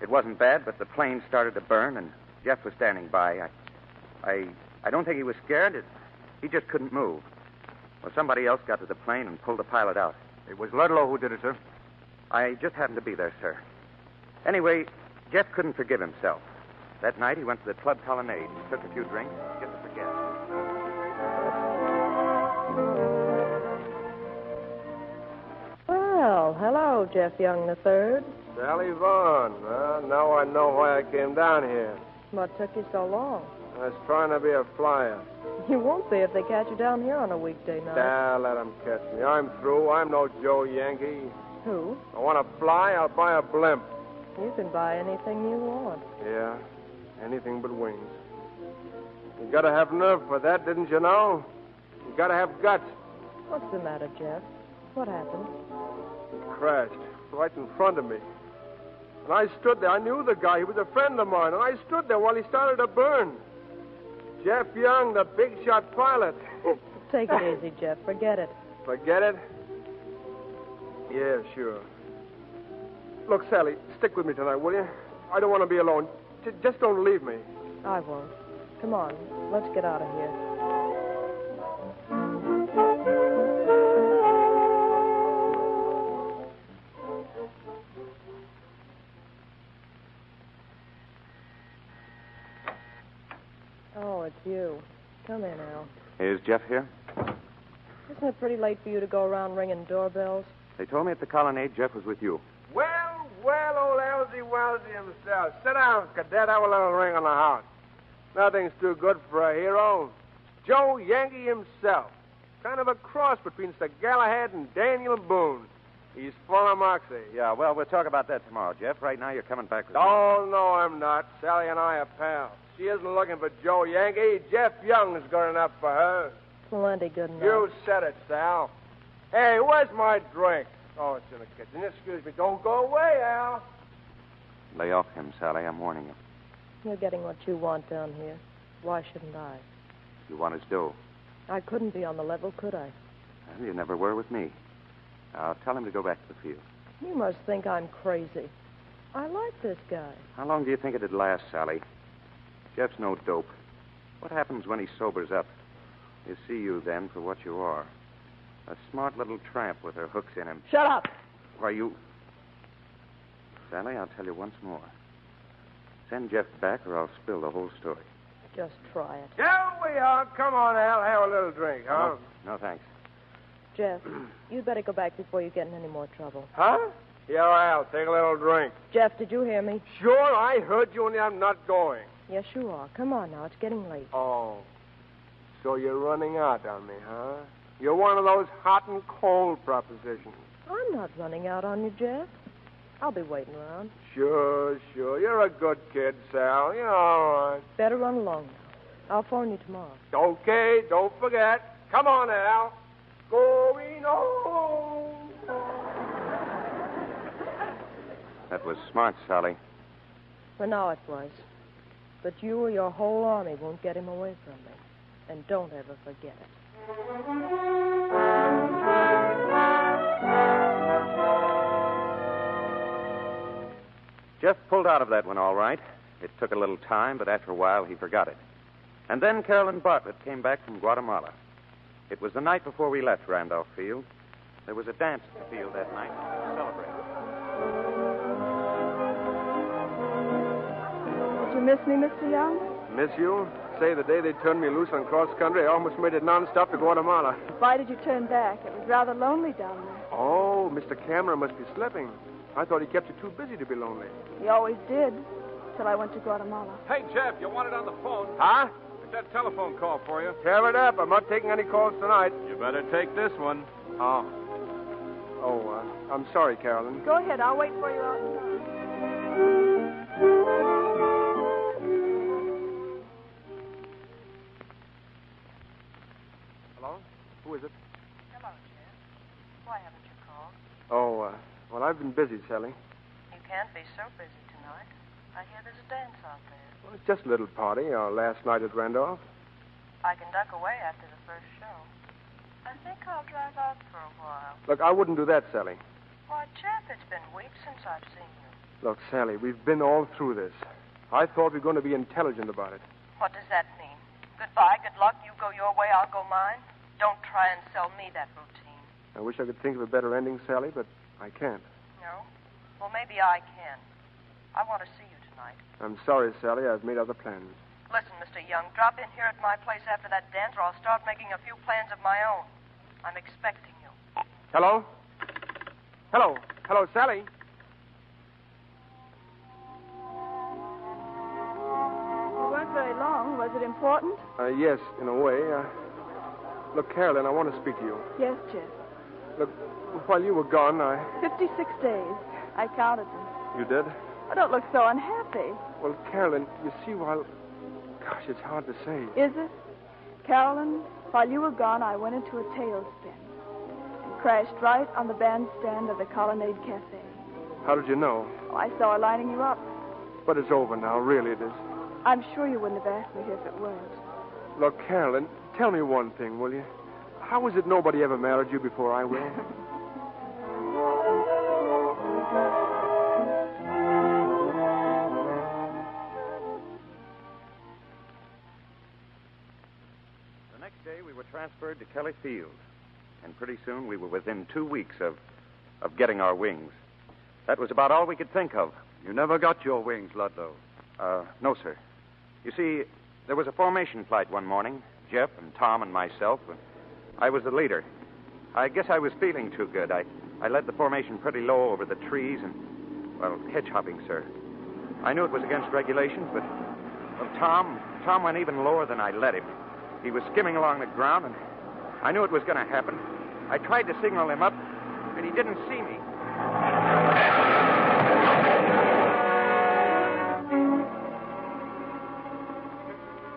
Speaker 7: It wasn't bad, but the plane started to burn, and Jeff was standing by. I, I, I don't think he was scared. It, he just couldn't move. Well, somebody else got to the plane and pulled the pilot out. It was Ludlow who did it, sir. I just happened to be there, sir. Anyway, Jeff couldn't forgive himself. That night, he went to the club colonnade, took a few drinks, just to forget.
Speaker 15: Well, hello, Jeff Young the Third.
Speaker 5: Sally Vaughn. Well, now I know why I came down here.
Speaker 15: What took you so long?
Speaker 5: I was trying to be a flyer.
Speaker 15: You won't be if they catch you down here on a weekday night.
Speaker 5: Nah, let 'em catch me. I'm through. I'm no Joe Yankee.
Speaker 15: Who?
Speaker 5: I want to fly, I'll buy a blimp.
Speaker 15: You can buy anything you want.
Speaker 5: Yeah, anything but wings. You gotta have nerve for that, didn't you know? You gotta have guts.
Speaker 15: What's the matter, Jeff? What happened?
Speaker 5: crashed right in front of me. And I stood there. I knew the guy. He was a friend of mine. And I stood there while he started to burn. Jeff Young, the big shot pilot.
Speaker 15: Take it easy, Jeff. Forget it.
Speaker 5: Forget it? Yeah, sure. Look, Sally, stick with me tonight, will you? I don't want to be alone. J- just don't leave me.
Speaker 15: I won't. Come on, let's get out of here. Oh, it's you. Come in, Al.
Speaker 7: Is Jeff here?
Speaker 15: Isn't it pretty late for you to go around ringing doorbells?
Speaker 7: They told me at the colonnade Jeff was with you.
Speaker 5: Well, well, old Elsie Wellesley himself. Sit down, cadet. I will have a ring on the house. Nothing's too good for a hero. Joe Yankee himself. Kind of a cross between Sir Galahad and Daniel Boone. He's full of moxie.
Speaker 7: Yeah, well, we'll talk about that tomorrow, Jeff. Right now, you're coming back with me.
Speaker 5: Oh, no, I'm not. Sally and I are pals. She isn't looking for Joe Yankee. Jeff Young's good enough for her.
Speaker 15: Plenty good enough.
Speaker 5: You said it, Sal. Hey, where's my drink? Oh, it's in the kitchen. Excuse me. Don't go away, Al.
Speaker 7: Lay off him, Sally. I'm warning you.
Speaker 15: You're getting what you want down here. Why shouldn't I?
Speaker 7: You want his dough.
Speaker 15: I couldn't be on the level, could I?
Speaker 7: Well, you never were with me. Now tell him to go back to the field.
Speaker 15: You must think I'm crazy. I like this guy.
Speaker 7: How long do you think it'd last, Sally? Jeff's no dope. What happens when he sobers up? You see you then for what you are. A smart little tramp with her hooks in him.
Speaker 15: Shut up!
Speaker 7: Why, you. Sally, I'll tell you once more. Send Jeff back or I'll spill the whole story.
Speaker 15: Just try it. Uh-huh.
Speaker 5: There we are. Come on, Al. Have a little drink, huh?
Speaker 7: No, thanks.
Speaker 15: Jeff, you'd better go back before you get in any more trouble.
Speaker 5: Huh? Yeah, Al. Take a little drink.
Speaker 15: Jeff, did you hear me?
Speaker 5: Sure, I heard you, and I'm not going.
Speaker 15: Yes, you are. Come on now, it's getting late.
Speaker 5: Oh. So you're running out on me, huh? You're one of those hot and cold propositions.
Speaker 15: I'm not running out on you, Jeff. I'll be waiting around.
Speaker 5: Sure, sure. You're a good kid, Sal. Oh, You're all right.
Speaker 15: Better run along now. I'll phone you tomorrow.
Speaker 5: Okay, don't forget. Come on, Al. Going home.
Speaker 7: That was smart, Sally.
Speaker 15: For now it was. But you or your whole army won't get him away from me. And don't ever forget it.
Speaker 7: Jeff pulled out of that one all right. It took a little time, but after a while he forgot it. And then Carolyn Bartlett came back from Guatemala. It was the night before we left Randolph Field. There was a dance at the field that night to celebrate.
Speaker 10: Did you miss me, Mr. Young?
Speaker 5: Miss you? Say, the day they turned me loose on cross country, I almost made it nonstop to Guatemala.
Speaker 10: Why did you turn back? It was rather lonely down there.
Speaker 5: Oh, Mr. Cameron must be slipping. I thought he kept you too busy to be lonely.
Speaker 10: He always did, till I went to Guatemala.
Speaker 9: Hey, Jeff, you want it on the phone?
Speaker 5: Huh?
Speaker 9: It's that telephone call for you.
Speaker 5: Tear it up. I'm not taking any calls tonight.
Speaker 9: You better take this one.
Speaker 5: Oh. Oh, uh, I'm sorry, Carolyn.
Speaker 10: Go ahead, I'll wait for you outside.
Speaker 5: Hello? Who is it?
Speaker 1: Hello.
Speaker 5: Oh, uh, been busy, Sally.
Speaker 17: You can't be so busy tonight. I hear there's a dance out there.
Speaker 5: Well, it's just a little party, our last night at Randolph.
Speaker 17: I can duck away after the first show. I think I'll drive out for a while.
Speaker 5: Look, I wouldn't do that, Sally.
Speaker 17: Why, Jeff, it's been weeks since I've seen you.
Speaker 5: Look, Sally, we've been all through this. I thought we were going to be intelligent about it.
Speaker 17: What does that mean? Goodbye, good luck, you go your way, I'll go mine. Don't try and sell me that routine.
Speaker 5: I wish I could think of a better ending, Sally, but I can't.
Speaker 17: No? Well, maybe I can. I want to see you tonight.
Speaker 5: I'm sorry, Sally. I've made other plans.
Speaker 17: Listen, Mr. Young, drop in here at my place after that dance, or I'll start making a few plans of my own. I'm expecting you.
Speaker 5: Hello? Hello? Hello, Sally?
Speaker 10: You weren't very long. Was it important?
Speaker 5: Uh, yes, in a way. Uh, look, Carolyn, I want to speak to you.
Speaker 10: Yes, Jeff.
Speaker 5: Look, while you were gone, I.
Speaker 10: 56 days. I counted them.
Speaker 5: You did?
Speaker 10: I don't look so unhappy.
Speaker 5: Well, Carolyn, you see, while. Gosh, it's hard to say.
Speaker 10: Is it? Carolyn, while you were gone, I went into a tailspin and crashed right on the bandstand of the Colonnade Cafe.
Speaker 5: How did you know?
Speaker 10: Oh, I saw her lining you up.
Speaker 5: But it's over now, really, it is.
Speaker 10: I'm sure you wouldn't have asked me here if it weren't.
Speaker 5: Look, Carolyn, tell me one thing, will you? How is it nobody ever married you before I will?
Speaker 7: The next day, we were transferred to Kelly Field, and pretty soon we were within two weeks of, of getting our wings. That was about all we could think of. You never got your wings, Ludlow. Uh, no, sir. You see, there was a formation flight one morning. Jeff and Tom and myself. And I was the leader. I guess I was feeling too good. I, I led the formation pretty low over the trees and, well, hitch hopping, sir. I knew it was against regulations, but well, Tom, Tom went even lower than I let him. He was skimming along the ground, and I knew it was going to happen. I tried to signal him up, and he didn't see me.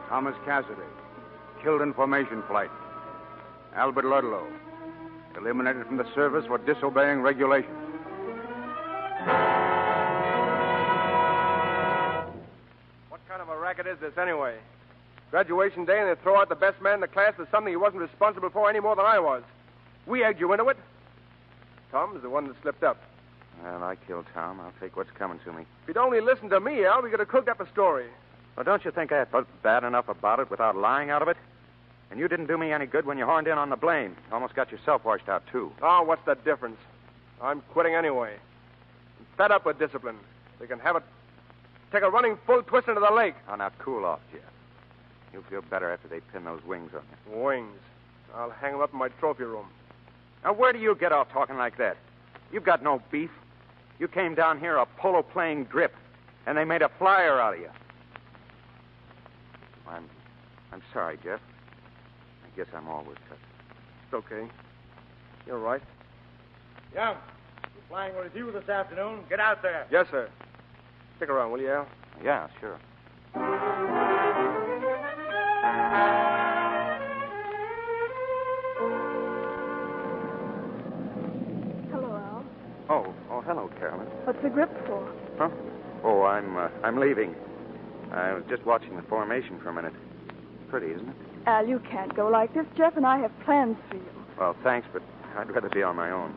Speaker 18: Thomas Cassidy, killed in formation flight. Albert Ludlow, eliminated from the service for disobeying regulations.
Speaker 5: What kind of a racket is this, anyway? Graduation day, and they throw out the best man in the class for something he wasn't responsible for any more than I was. We egged you into it. Tom's the one that slipped up.
Speaker 7: Well, I killed Tom. I'll take what's coming to me.
Speaker 5: If you'd only listened to me, Al, we could have cooked up a story.
Speaker 7: Well, don't you think I felt bad enough about it without lying out of it? And you didn't do me any good when you horned in on the blame. Almost got yourself washed out, too.
Speaker 5: Oh, what's the difference? I'm quitting anyway. I'm fed up with discipline. They can have it. Take a running full twist into the lake.
Speaker 7: Oh, now cool off, Jeff. You'll feel better after they pin those wings on you.
Speaker 5: Wings. I'll hang 'em up in my trophy room.
Speaker 7: Now, where do you get off talking like that? You've got no beef. You came down here a polo playing grip, and they made a flyer out of you. I'm, I'm sorry, Jeff. I guess I'm always tough.
Speaker 5: It's okay. You're right.
Speaker 1: Young, we're flying with you this afternoon. Get out there.
Speaker 5: Yes, sir. Stick around, will you, Al?
Speaker 7: Yeah, sure.
Speaker 10: Hello, Al.
Speaker 7: Oh, oh, hello, Carolyn.
Speaker 10: What's the grip for?
Speaker 7: Huh? Oh, I'm, uh, I'm leaving. I was just watching the formation for a minute. Pretty, isn't it?
Speaker 10: Al, you can't go like this. Jeff and I have plans for you.
Speaker 7: Well, thanks, but I'd rather be on my own.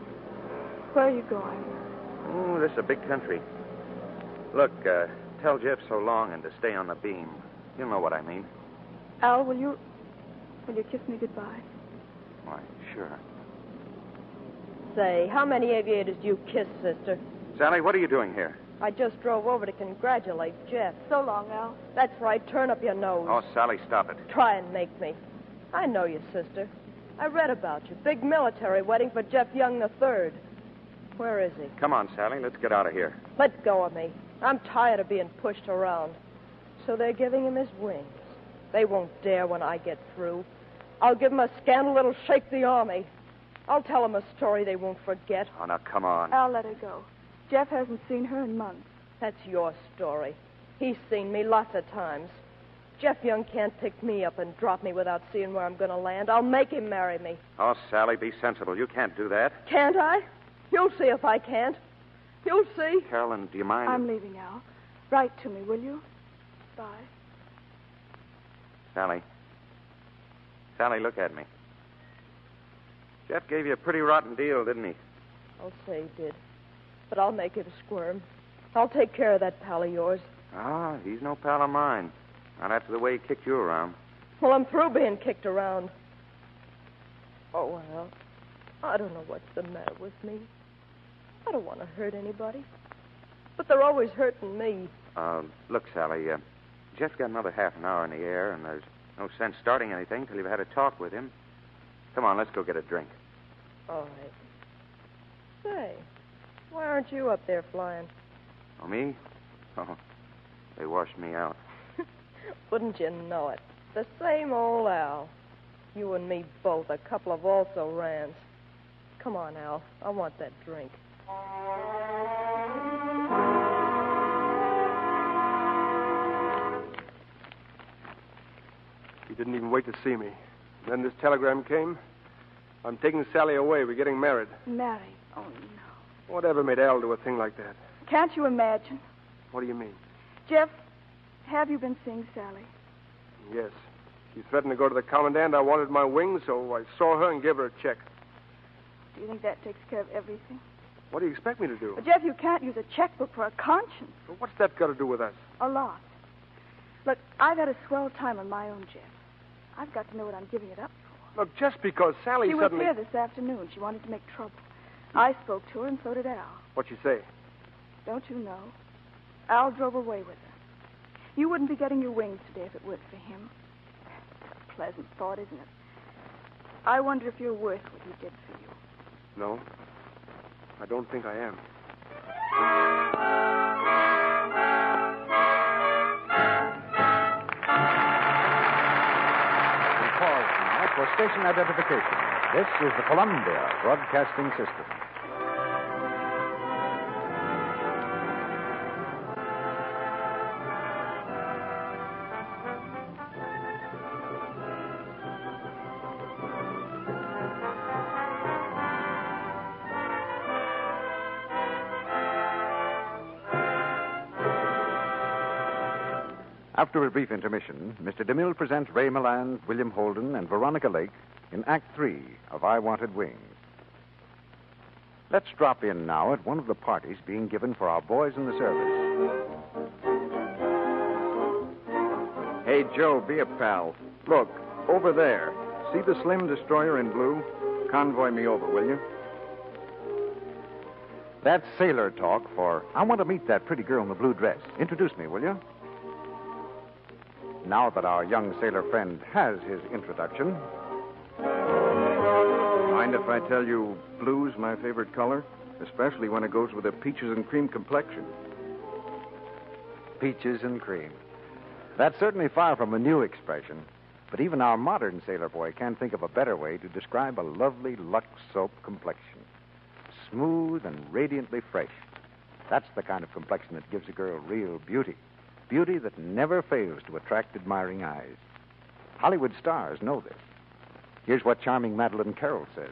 Speaker 10: Where are you going?
Speaker 7: Oh, this is a big country. Look, uh, tell Jeff so long and to stay on the beam. You'll know what I mean.
Speaker 10: Al, will you will you kiss me goodbye?
Speaker 7: Why, sure.
Speaker 15: Say, how many aviators do you kiss, sister?
Speaker 7: Sally, what are you doing here?
Speaker 15: I just drove over to congratulate Jeff.
Speaker 10: So long, Al.
Speaker 15: That's right. Turn up your nose.
Speaker 7: Oh, Sally, stop it.
Speaker 15: Try and make me. I know you, sister. I read about you. Big military wedding for Jeff Young the Third. Where is he?
Speaker 7: Come on, Sally, let's get out of here.
Speaker 15: Let go of me. I'm tired of being pushed around. So they're giving him his wings. They won't dare when I get through. I'll give him a scandal that'll shake the army. I'll tell him a story they won't forget.
Speaker 7: Oh, now, come on.
Speaker 10: Al, let her go. Jeff hasn't seen her in months.
Speaker 15: That's your story. He's seen me lots of times. Jeff Young can't pick me up and drop me without seeing where I'm going to land. I'll make him marry me.
Speaker 7: Oh, Sally, be sensible. You can't do that.
Speaker 15: Can't I? You'll see if I can't.
Speaker 10: You'll see.
Speaker 7: Carolyn, do you mind?
Speaker 10: I'm leaving, Al. Write to me, will you? Bye.
Speaker 7: Sally. Sally, look at me. Jeff gave you a pretty rotten deal, didn't he?
Speaker 15: I'll say he did. But I'll make him squirm. I'll take care of that pal of yours.
Speaker 7: Ah, he's no pal of mine. Not after the way he kicked you around.
Speaker 15: Well, I'm through being kicked around. Oh, well. I don't know what's the matter with me. I don't want to hurt anybody. But they're always hurting me.
Speaker 7: Uh, look, Sally, uh, Jeff's got another half an hour in the air, and there's no sense starting anything till you've had a talk with him. Come on, let's go get a drink.
Speaker 15: All right. Say, why aren't you up there flying?
Speaker 7: Oh, me? Oh, they washed me out.
Speaker 15: Wouldn't you know it? The same old Al. You and me both, a couple of also rans. Come on, Al. I want that drink.
Speaker 5: He didn't even wait to see me. Then this telegram came. I'm taking Sally away. We're getting married.
Speaker 10: Mary,
Speaker 5: Whatever made Al do a thing like that?
Speaker 10: Oh, can't you imagine?
Speaker 5: What do you mean?
Speaker 10: Jeff, have you been seeing Sally?
Speaker 5: Yes. She threatened to go to the commandant. I wanted my wings, so I saw her and gave her a check.
Speaker 10: Do you think that takes care of everything?
Speaker 5: What do you expect me to do?
Speaker 10: But Jeff, you can't use a checkbook for a conscience.
Speaker 5: Well, What's that got to do with us?
Speaker 10: A lot. Look, I've had a swell time on my own, Jeff. I've got to know what I'm giving it up.
Speaker 5: Look, just because Sally
Speaker 10: she
Speaker 5: suddenly.
Speaker 10: was here this afternoon. She wanted to make trouble. I spoke to her, and so did Al.
Speaker 5: What'd she say?
Speaker 10: Don't you know? Al drove away with her. You wouldn't be getting your wings today if it weren't for him. It's a pleasant thought, isn't it? I wonder if you're worth what he did for you.
Speaker 5: No. I don't think I am.
Speaker 1: Pause now for station identification. This is the Columbia Broadcasting System. After a brief intermission, Mr. DeMille presents Ray Milland, William Holden, and Veronica Lake in Act Three of I Wanted Wings. Let's drop in now at one of the parties being given for our boys in the service.
Speaker 19: Hey, Joe, be a pal. Look, over there. See the slim destroyer in blue? Convoy me over, will you?
Speaker 1: That's sailor talk for I want to meet that pretty girl in the blue dress. Introduce me, will you? Now that our young sailor friend has his introduction,
Speaker 19: Mind if I tell you blue's my favorite color? Especially when it goes with a peaches and cream complexion.
Speaker 1: peaches and cream. That's certainly far from a new expression, but even our modern sailor boy can't think of a better way to describe a lovely Lux soap complexion. Smooth and radiantly fresh. That's the kind of complexion that gives a girl real beauty. Beauty that never fails to attract admiring eyes. Hollywood stars know this. Here's what charming Madeline Carroll says.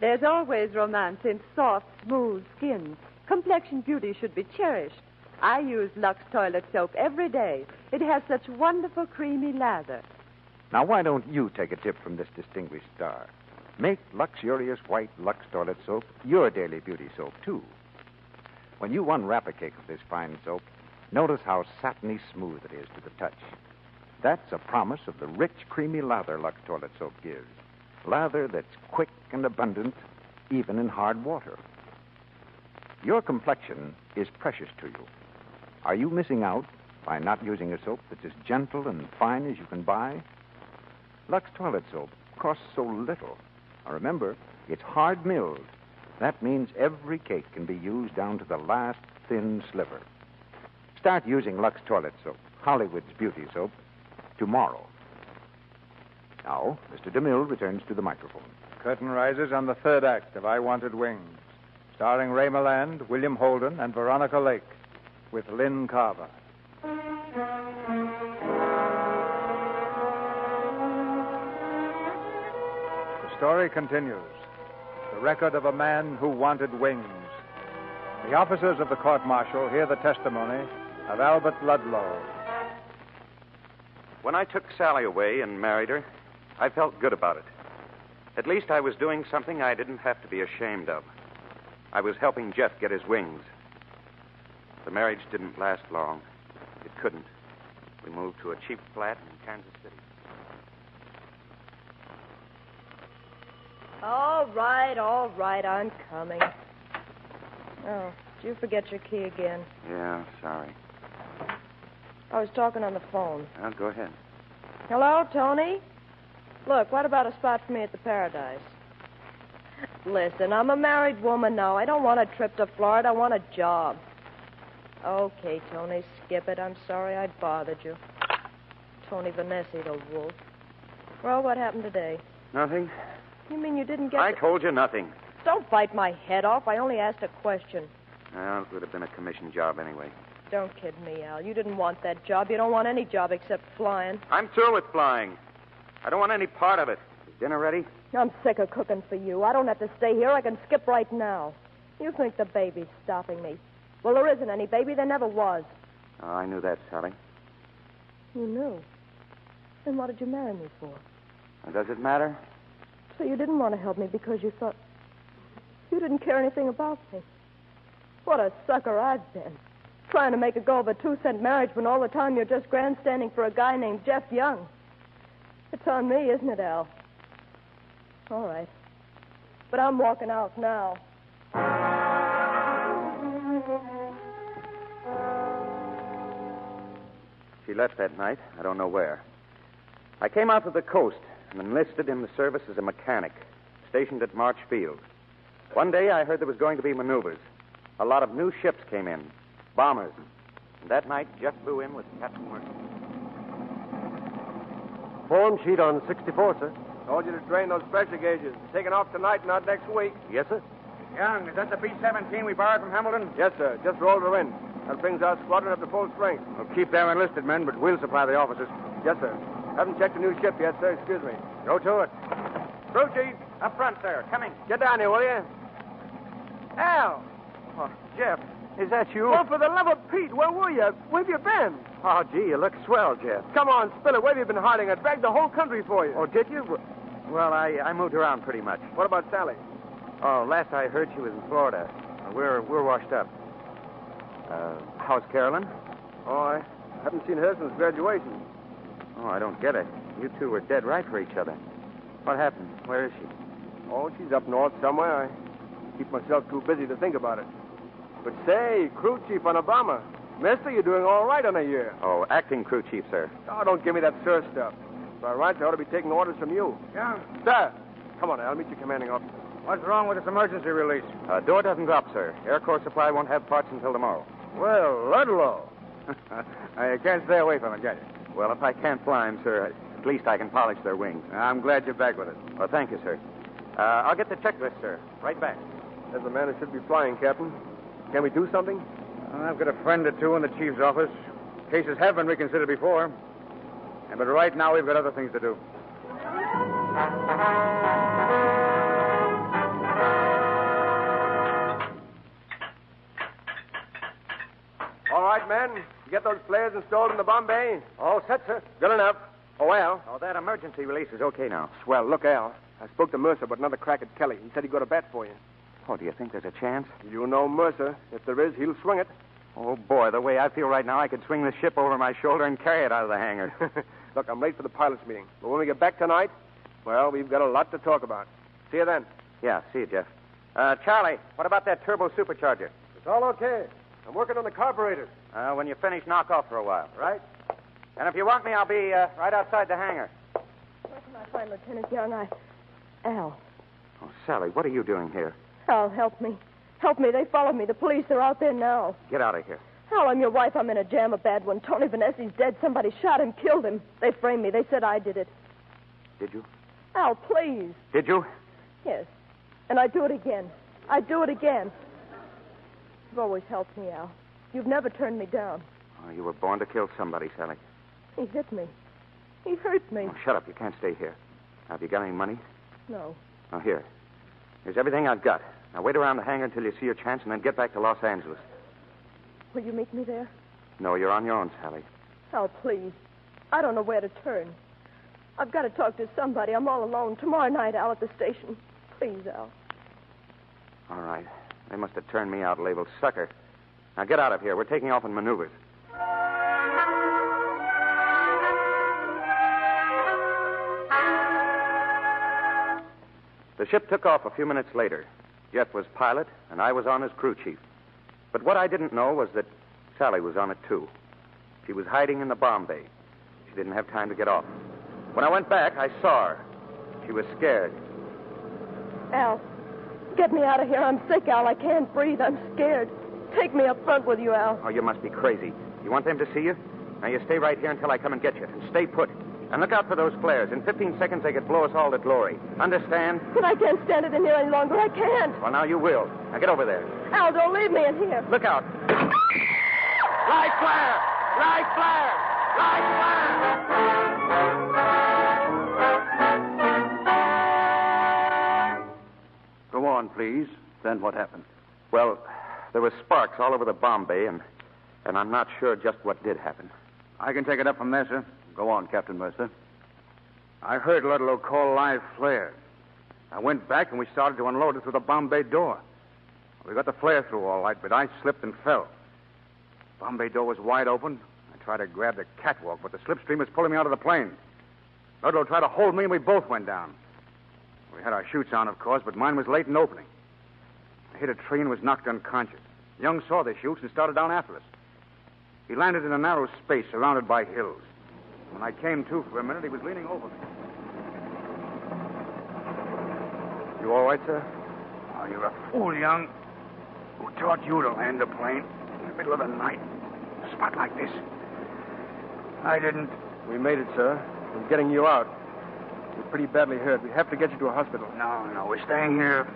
Speaker 12: There's always romance in soft, smooth skin. Complexion beauty should be cherished. I use Lux toilet soap every day. It has such wonderful creamy lather.
Speaker 1: Now, why don't you take a tip from this distinguished star? Make luxurious white Lux toilet soap your daily beauty soap, too. When you unwrap a cake of this fine soap, notice how satiny smooth it is to the touch. That's a promise of the rich, creamy lather Lux toilet soap gives. Lather that's quick and abundant, even in hard water. Your complexion is precious to you. Are you missing out by not using a soap that's as gentle and fine as you can buy? Lux toilet soap costs so little. Now remember, it's hard milled. That means every cake can be used down to the last thin sliver. Start using Lux toilet soap, Hollywood's beauty soap, tomorrow. Now, Mr. DeMille returns to the microphone.
Speaker 4: Curtain rises on the third act of I Wanted Wings, starring Ray Milland, William Holden, and Veronica Lake, with Lynn Carver. The story continues. The record of a man who wanted wings.
Speaker 1: The officers of the court martial hear the testimony of Albert Ludlow.
Speaker 7: When I took Sally away and married her, I felt good about it. At least I was doing something I didn't have to be ashamed of. I was helping Jeff get his wings. The marriage didn't last long. It couldn't. We moved to a cheap flat in Kansas City.
Speaker 15: All right, all right, I'm coming. Oh, did you forget your key again?
Speaker 7: Yeah, sorry.
Speaker 15: I was talking on the phone.
Speaker 7: Well, go ahead.
Speaker 15: Hello, Tony? Look, what about a spot for me at the Paradise? Listen, I'm a married woman now. I don't want a trip to Florida. I want a job. Okay, Tony, skip it. I'm sorry I bothered you. Tony Vanessi, the wolf. Well, what happened today?
Speaker 7: Nothing?
Speaker 15: You mean you didn't get.
Speaker 7: I
Speaker 15: the-
Speaker 7: told you nothing.
Speaker 15: Don't bite my head off. I only asked a question.
Speaker 7: Well, it would have been a commission job anyway.
Speaker 15: Don't kid me, Al. You didn't want that job. You don't want any job except flying.
Speaker 7: I'm through with flying. I don't want any part of it. Is dinner ready?
Speaker 15: I'm sick of cooking for you. I don't have to stay here. I can skip right now. You think the baby's stopping me. Well, there isn't any baby. There never was.
Speaker 7: Oh, I knew that, Sally.
Speaker 15: You knew. Then what did you marry me for?
Speaker 7: Now, Does it matter?
Speaker 15: So you didn't want to help me because you thought you didn't care anything about me. What a sucker I've been. Trying to make a go of a two cent marriage when all the time you're just grandstanding for a guy named Jeff Young. It's on me, isn't it, Al? All right. But I'm walking out now.
Speaker 7: She left that night. I don't know where. I came out to the coast and enlisted in the service as a mechanic, stationed at March Field. One day I heard there was going to be maneuvers. A lot of new ships came in, bombers. And that night, Jeff flew in with Captain Mercer.
Speaker 20: Form sheet on 64, sir.
Speaker 5: Told you to drain those pressure gauges. Taking off tonight, not next week.
Speaker 20: Yes, sir.
Speaker 5: Young, is that the B-17 we borrowed from Hamilton? Yes, sir. Just rolled her in. That brings our squadron up to full strength.
Speaker 3: Well, keep them enlisted men, but we'll supply the officers.
Speaker 5: Yes, sir. Haven't checked the new ship yet, sir. Excuse me.
Speaker 3: Go to it.
Speaker 5: Crew chief, up front, sir. Coming. Get down here, will you? Al. Oh, Jeff.
Speaker 20: Is that you?
Speaker 5: Oh, for the love of Pete, where were you? Where have you been?
Speaker 20: Oh, gee, you look swell, Jeff.
Speaker 5: Come on, spill it. Where have you been hiding? I dragged the whole country for you.
Speaker 20: Oh, did you? Well, I, I moved around pretty much.
Speaker 5: What about Sally?
Speaker 20: Oh, last I heard she was in Florida. Uh, We're we're washed up.
Speaker 7: Uh, how's Carolyn?
Speaker 5: Oh, I haven't seen her since graduation.
Speaker 7: Oh, I don't get it. You two were dead right for each other. What happened? Where is she?
Speaker 5: Oh, she's up north somewhere. I keep myself too busy to think about it. But say, crew chief on a bomber. Mister, you're doing all right on a year.
Speaker 7: Oh, acting crew chief, sir.
Speaker 5: Oh, don't give me that sir stuff. By rights, I ought to be taking orders from you.
Speaker 3: Young,
Speaker 5: Sir! Come on, I'll meet your commanding officer.
Speaker 3: what's wrong with this emergency release?
Speaker 7: Uh, door doesn't drop, sir. Air Corps supply won't have parts until tomorrow.
Speaker 3: Well, Ludlow. I can't stay away from it, can you?
Speaker 7: Well, if I can't fly 'em, sir, at least I can polish their wings.
Speaker 3: I'm glad you're back with us.
Speaker 7: Well, thank you, sir. Uh, I'll get the checklist, sir. Right back.
Speaker 5: There's a man who should be flying, Captain. Can we do something?
Speaker 3: I've got a friend or two in the chief's office. Cases have been reconsidered before. And but right now we've got other things to do.
Speaker 5: All right, men. You get those players installed in the Bombay? All set, sir. Good enough. Oh, Al.
Speaker 7: Oh, that emergency release is okay now.
Speaker 5: Swell, look, Al. I spoke to Mercer about another crack at Kelly. He said he'd go to bat for you.
Speaker 7: Oh, do you think there's a chance?
Speaker 5: You know Mercer. If there is, he'll swing it.
Speaker 7: Oh, boy, the way I feel right now, I could swing the ship over my shoulder and carry it out of the hangar.
Speaker 5: Look, I'm late for the pilots' meeting. But when we get back tonight, well, we've got a lot to talk about. See you then.
Speaker 7: yeah, see you, Jeff. Uh, Charlie, what about that turbo supercharger?
Speaker 5: It's all okay. I'm working on the carburetor.
Speaker 7: Uh, when you finish, knock off for a while.
Speaker 5: Right.
Speaker 7: And if you want me, I'll be uh, right outside the hangar.
Speaker 15: Where can I find Lieutenant Young? I. Al.
Speaker 7: Oh, Sally, what are you doing here?
Speaker 15: Al, help me. Help me. They followed me. The police, they're out there now.
Speaker 7: Get out of here.
Speaker 15: Al, I'm your wife. I'm in a jam, a bad one. Tony Vanessi's dead. Somebody shot him, killed him. They framed me. They said I did it.
Speaker 7: Did you?
Speaker 15: Al, please.
Speaker 7: Did you?
Speaker 15: Yes. And I do it again. I do it again. You've always helped me, Al. You've never turned me down.
Speaker 7: Oh, you were born to kill somebody, Sally.
Speaker 15: He hit me. He hurt me.
Speaker 7: Oh, shut up. You can't stay here. Now, have you got any money?
Speaker 15: No.
Speaker 7: Now, here. Here's everything I've got. Now wait around the hangar until you see your chance and then get back to Los Angeles.
Speaker 15: Will you meet me there?
Speaker 7: No, you're on your own, Sally.
Speaker 15: Oh, please. I don't know where to turn. I've got to talk to somebody. I'm all alone. Tomorrow night, Al, at the station. Please, Al.
Speaker 7: All right. They must have turned me out labeled sucker. Now get out of here. We're taking off in maneuvers. The ship took off a few minutes later. Jeff was pilot, and I was on as crew chief. But what I didn't know was that Sally was on it too. She was hiding in the bomb bay. She didn't have time to get off. When I went back, I saw her. She was scared.
Speaker 15: Al, get me out of here. I'm sick, Al. I can't breathe. I'm scared. Take me up front with you, Al.
Speaker 7: Oh, you must be crazy. You want them to see you? Now, you stay right here until I come and get you. And stay put. And look out for those flares. In 15 seconds, they could blow us all to glory. Understand?
Speaker 15: But I can't stand it in here any longer. I can't.
Speaker 7: Well, now you will. Now get over there.
Speaker 15: Al, don't leave me in here.
Speaker 7: Look out. right flare! Right flare! Right flare!
Speaker 4: Go on, please. Then what happened?
Speaker 7: Well, there were sparks all over the Bombay, and, and I'm not sure just what did happen.
Speaker 4: I can take it up from there, sir. Go on, Captain Mercer.
Speaker 3: I heard Ludlow call live flare. I went back and we started to unload it through the Bombay door. We got the flare through all right, but I slipped and fell. The Bombay door was wide open. I tried to grab the catwalk, but the slipstream was pulling me out of the plane. Ludlow tried to hold me and we both went down. We had our chutes on, of course, but mine was late in opening. I hit a tree and was knocked unconscious. Young saw the chutes and started down after us. He landed in a narrow space surrounded by hills. When I came to for a minute, he was leaning over me.
Speaker 4: You all right, sir?
Speaker 3: Oh, you're a fool, Young. Who taught you to land a plane in the middle of the night? A spot like this? I didn't.
Speaker 5: We made it, sir. We're getting you out. You're pretty badly hurt. We have to get you to a hospital.
Speaker 3: No, no. We're staying here.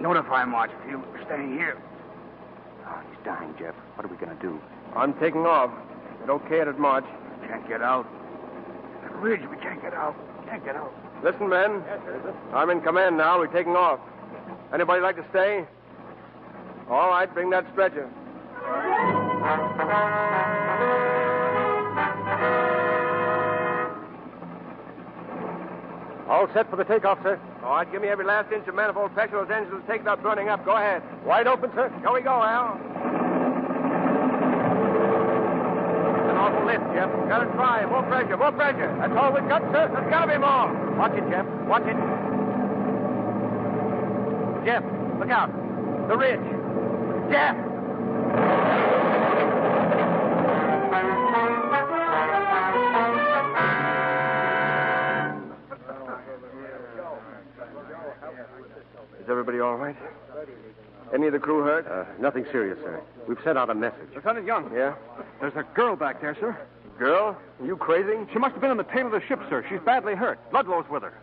Speaker 3: Notify Marchfield. We're staying here.
Speaker 7: Oh, he's dying, Jeff. What are we going to do?
Speaker 5: I'm taking off. I don't care at March
Speaker 3: can't get out. That ridge, we can't get out. We can't get out.
Speaker 5: Listen, men. Yes, sir. I'm in command now. We're taking off. Anybody like to stay? All right, bring that stretcher.
Speaker 1: All set for the takeoff, sir.
Speaker 5: All right, give me every last inch of manifold pressure. Those engines will take that burning up. Go ahead.
Speaker 1: Wide open, sir.
Speaker 5: Here we go, Al. lift, Jeff. Gotta try. More pressure, more pressure.
Speaker 1: That's all we've got, sir.
Speaker 5: There's gotta be more.
Speaker 1: Watch it, Jeff. Watch it.
Speaker 5: Jeff, look out. The ridge. Jeff!
Speaker 4: Is everybody all right?
Speaker 5: Any of the crew hurt?
Speaker 4: Uh, nothing serious, sir. We've sent out a message.
Speaker 1: Lieutenant Young.
Speaker 5: Yeah?
Speaker 1: There's a girl back there, sir.
Speaker 5: Girl? Are you crazy?
Speaker 1: She must have been on the tail of the ship, sir. She's badly hurt. Ludlow's with her.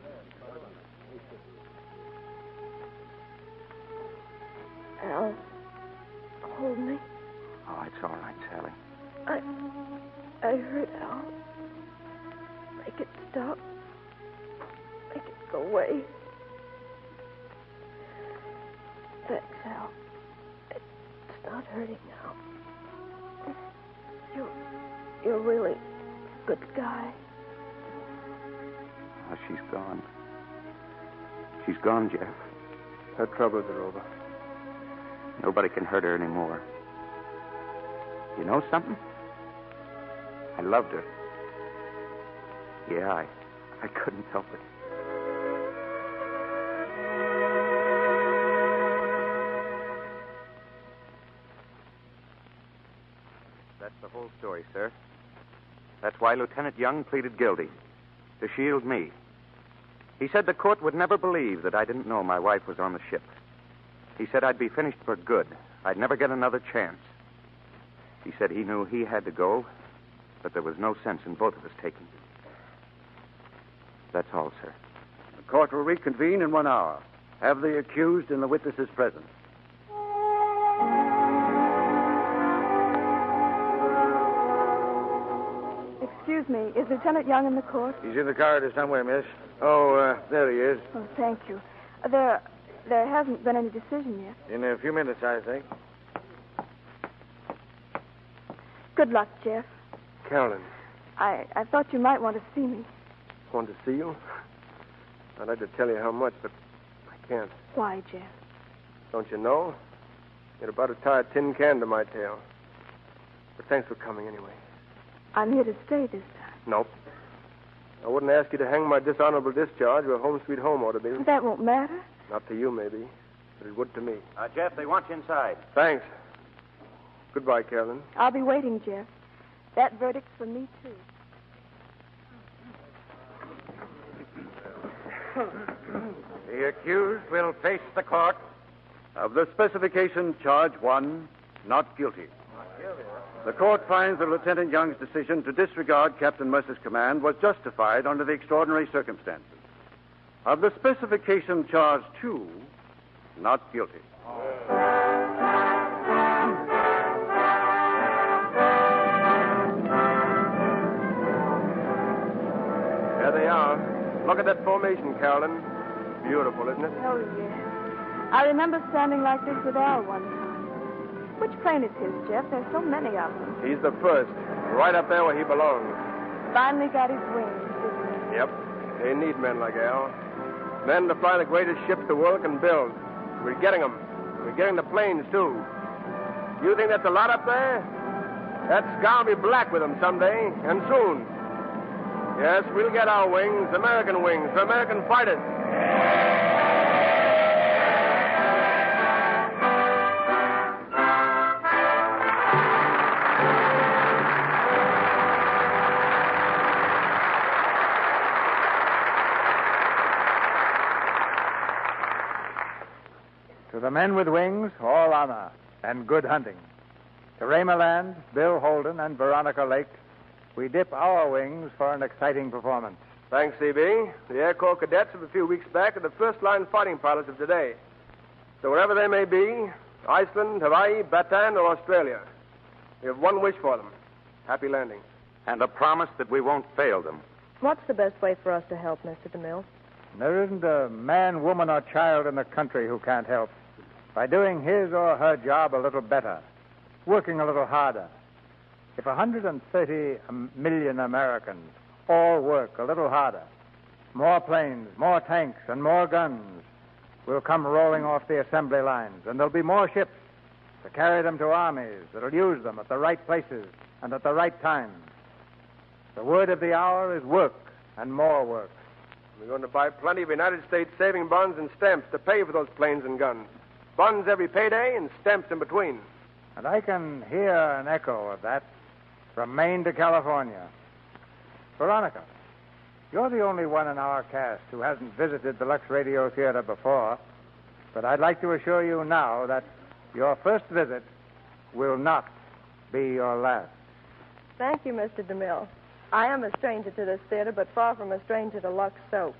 Speaker 15: Al, hold me.
Speaker 7: Oh, it's all right, Sally.
Speaker 15: I, I hurt Al. Make it stop. Make it go away. Thanks, Al. It's not hurting now. You, you're really a good guy.
Speaker 7: Oh, she's gone. She's gone, Jeff.
Speaker 5: Her troubles are over.
Speaker 7: Nobody can hurt her anymore. You know something? I loved her. Yeah, I, I couldn't help it. the whole story, sir. That's why Lieutenant Young pleaded guilty, to shield me. He said the court would never believe that I didn't know my wife was on the ship. He said I'd be finished for good. I'd never get another chance. He said he knew he had to go, but there was no sense in both of us taking it. That's all, sir.
Speaker 4: The court will reconvene in one hour. Have the accused and the witnesses present.
Speaker 10: Excuse me, is Lieutenant Young in the court?
Speaker 4: He's in the corridor somewhere, miss. Oh, uh, there he is.
Speaker 10: Oh, thank you. There, There hasn't been any decision yet.
Speaker 5: In a few minutes, I think.
Speaker 10: Good luck, Jeff.
Speaker 5: Carolyn,
Speaker 10: I, I thought you might want to see me.
Speaker 5: want to see you? I'd like to tell you how much, but I can't.
Speaker 10: Why, Jeff?
Speaker 5: Don't you know? You'd about to tie a tin can to my tail. But thanks for coming anyway.
Speaker 10: I'm here to stay this time.
Speaker 5: Nope. I wouldn't ask you to hang my dishonorable discharge where home sweet home ought to be.
Speaker 10: That won't matter.
Speaker 5: Not to you, maybe, but it would to me.
Speaker 21: Uh, Jeff, they want you inside.
Speaker 5: Thanks. Goodbye, Carolyn.
Speaker 10: I'll be waiting, Jeff. That verdict's for me, too.
Speaker 3: The accused will face the court.
Speaker 5: Of the specification, charge one, not guilty. The court finds that Lieutenant Young's decision to disregard Captain Mercer's command was justified under the extraordinary circumstances. Of the specification, charge two, not guilty. There they are. Look at that formation, Carolyn. Beautiful, isn't it?
Speaker 10: Oh, yes. I remember standing like this with Al one time. Which plane is his, Jeff? There's so many of them.
Speaker 5: He's the first, right up there where he belongs.
Speaker 10: Finally got his wings, didn't he?
Speaker 5: Yep. They need men like Al. Men to fly the greatest ships the world can build. We're getting them. We're getting the planes, too. You think that's a lot up there? That sky'll be black with them someday, and soon. Yes, we'll get our wings, American wings, for American fighters.
Speaker 1: To the men with wings, all honor and good hunting. To Ray Land, Bill Holden, and Veronica Lake, we dip our wings for an exciting performance.
Speaker 5: Thanks, CB. The Air Corps cadets of a few weeks back are the first line fighting pilots of today. So wherever they may be, Iceland, Hawaii, Bataan, or Australia, we have one wish for them happy landing.
Speaker 2: And a promise that we won't fail them.
Speaker 15: What's the best way for us to help, Mr. DeMille?
Speaker 1: There isn't a man, woman, or child in the country who can't help by doing his or her job a little better, working a little harder. If 130 am- million Americans all work a little harder, more planes, more tanks, and more guns will come rolling off the assembly lines, and there'll be more ships to carry them to armies that'll use them at the right places and at the right times. The word of the hour is work and more work.
Speaker 5: We're going to buy plenty of United States saving bonds and stamps to pay for those planes and guns. Bonds every payday and stamps in between.
Speaker 1: And I can hear an echo of that from Maine to California. Veronica, you're the only one in our cast who hasn't visited the Lux Radio Theater before, but I'd like to assure you now that your first visit will not be your last.
Speaker 15: Thank you, Mr. DeMille. I am a stranger to this theater, but far from a stranger to Lux soap.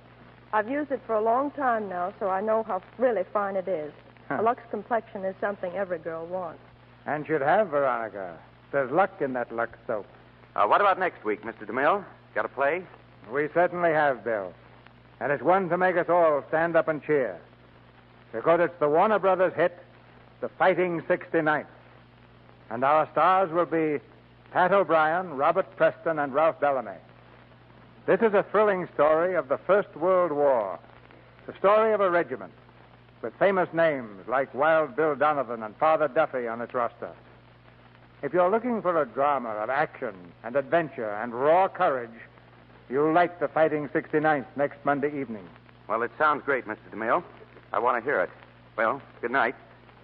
Speaker 15: I've used it for a long time now, so I know how really fine it is.
Speaker 1: Huh.
Speaker 15: A Lux complexion is something every girl wants.
Speaker 1: And should have, Veronica. There's luck in that Lux soap.
Speaker 2: Uh, what about next week, Mr. DeMille? Got a play?
Speaker 1: We certainly have, Bill. And it's one to make us all stand up and cheer. Because it's the Warner Brothers hit, The Fighting 69th. And our stars will be Pat O'Brien, Robert Preston, and Ralph Bellamy. This is a thrilling story of the First World War, the story of a regiment with famous names like Wild Bill Donovan and Father Duffy on its roster. If you're looking for a drama of action and adventure and raw courage, You'll like the Fighting 69th next Monday evening.
Speaker 2: Well, it sounds great, Mr. DeMille. I want to hear it. Well, good night.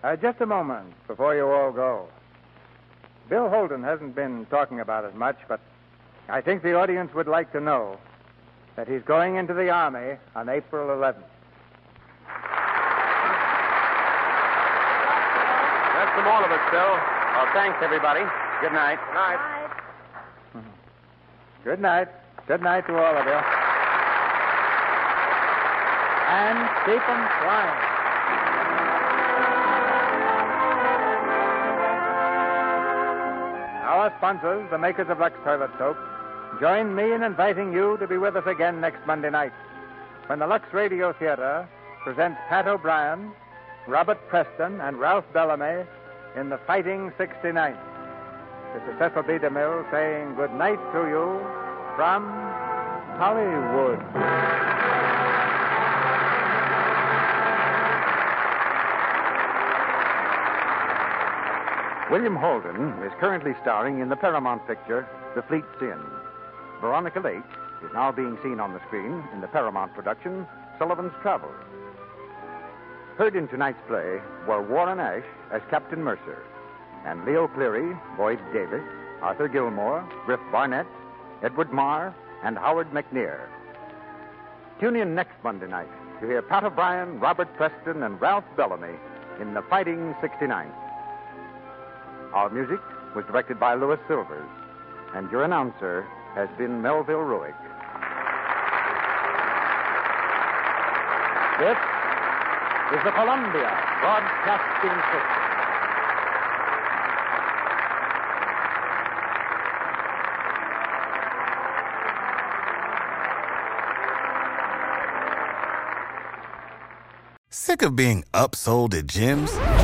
Speaker 1: Uh, just a moment before you all go. Bill Holden hasn't been talking about it much, but I think the audience would like to know that he's going into the Army on April 11th.
Speaker 2: That's from all of us, Bill. Well, thanks, everybody. Good night.
Speaker 5: Night.
Speaker 1: Good night. Good night to all of you. And keep 'em flying. Our sponsors, the makers of Lux Toilet Soap, join me in inviting you to be with us again next Monday night when the Lux Radio Theater
Speaker 2: presents Pat O'Brien, Robert Preston, and Ralph Bellamy in the Fighting 69. This is Cecil B. DeMille saying good night to you from Hollywood.
Speaker 1: William Holden is currently starring in the Paramount picture, The Fleet Sin. Veronica Lake is now being seen on the screen in the Paramount production, Sullivan's Travels. Heard in tonight's play were Warren Ash as Captain Mercer, and Leo Cleary, Boyd Davis, Arthur Gilmore, Griff Barnett, Edward Marr, and Howard McNear. Tune in next Monday night to hear Pat O'Brien, Robert Preston, and Ralph Bellamy in The Fighting 69. Our music was directed by Louis Silvers, and your announcer has been Melville Ruick. This is the Columbia Broadcasting System.
Speaker 22: Sick of being upsold at gyms?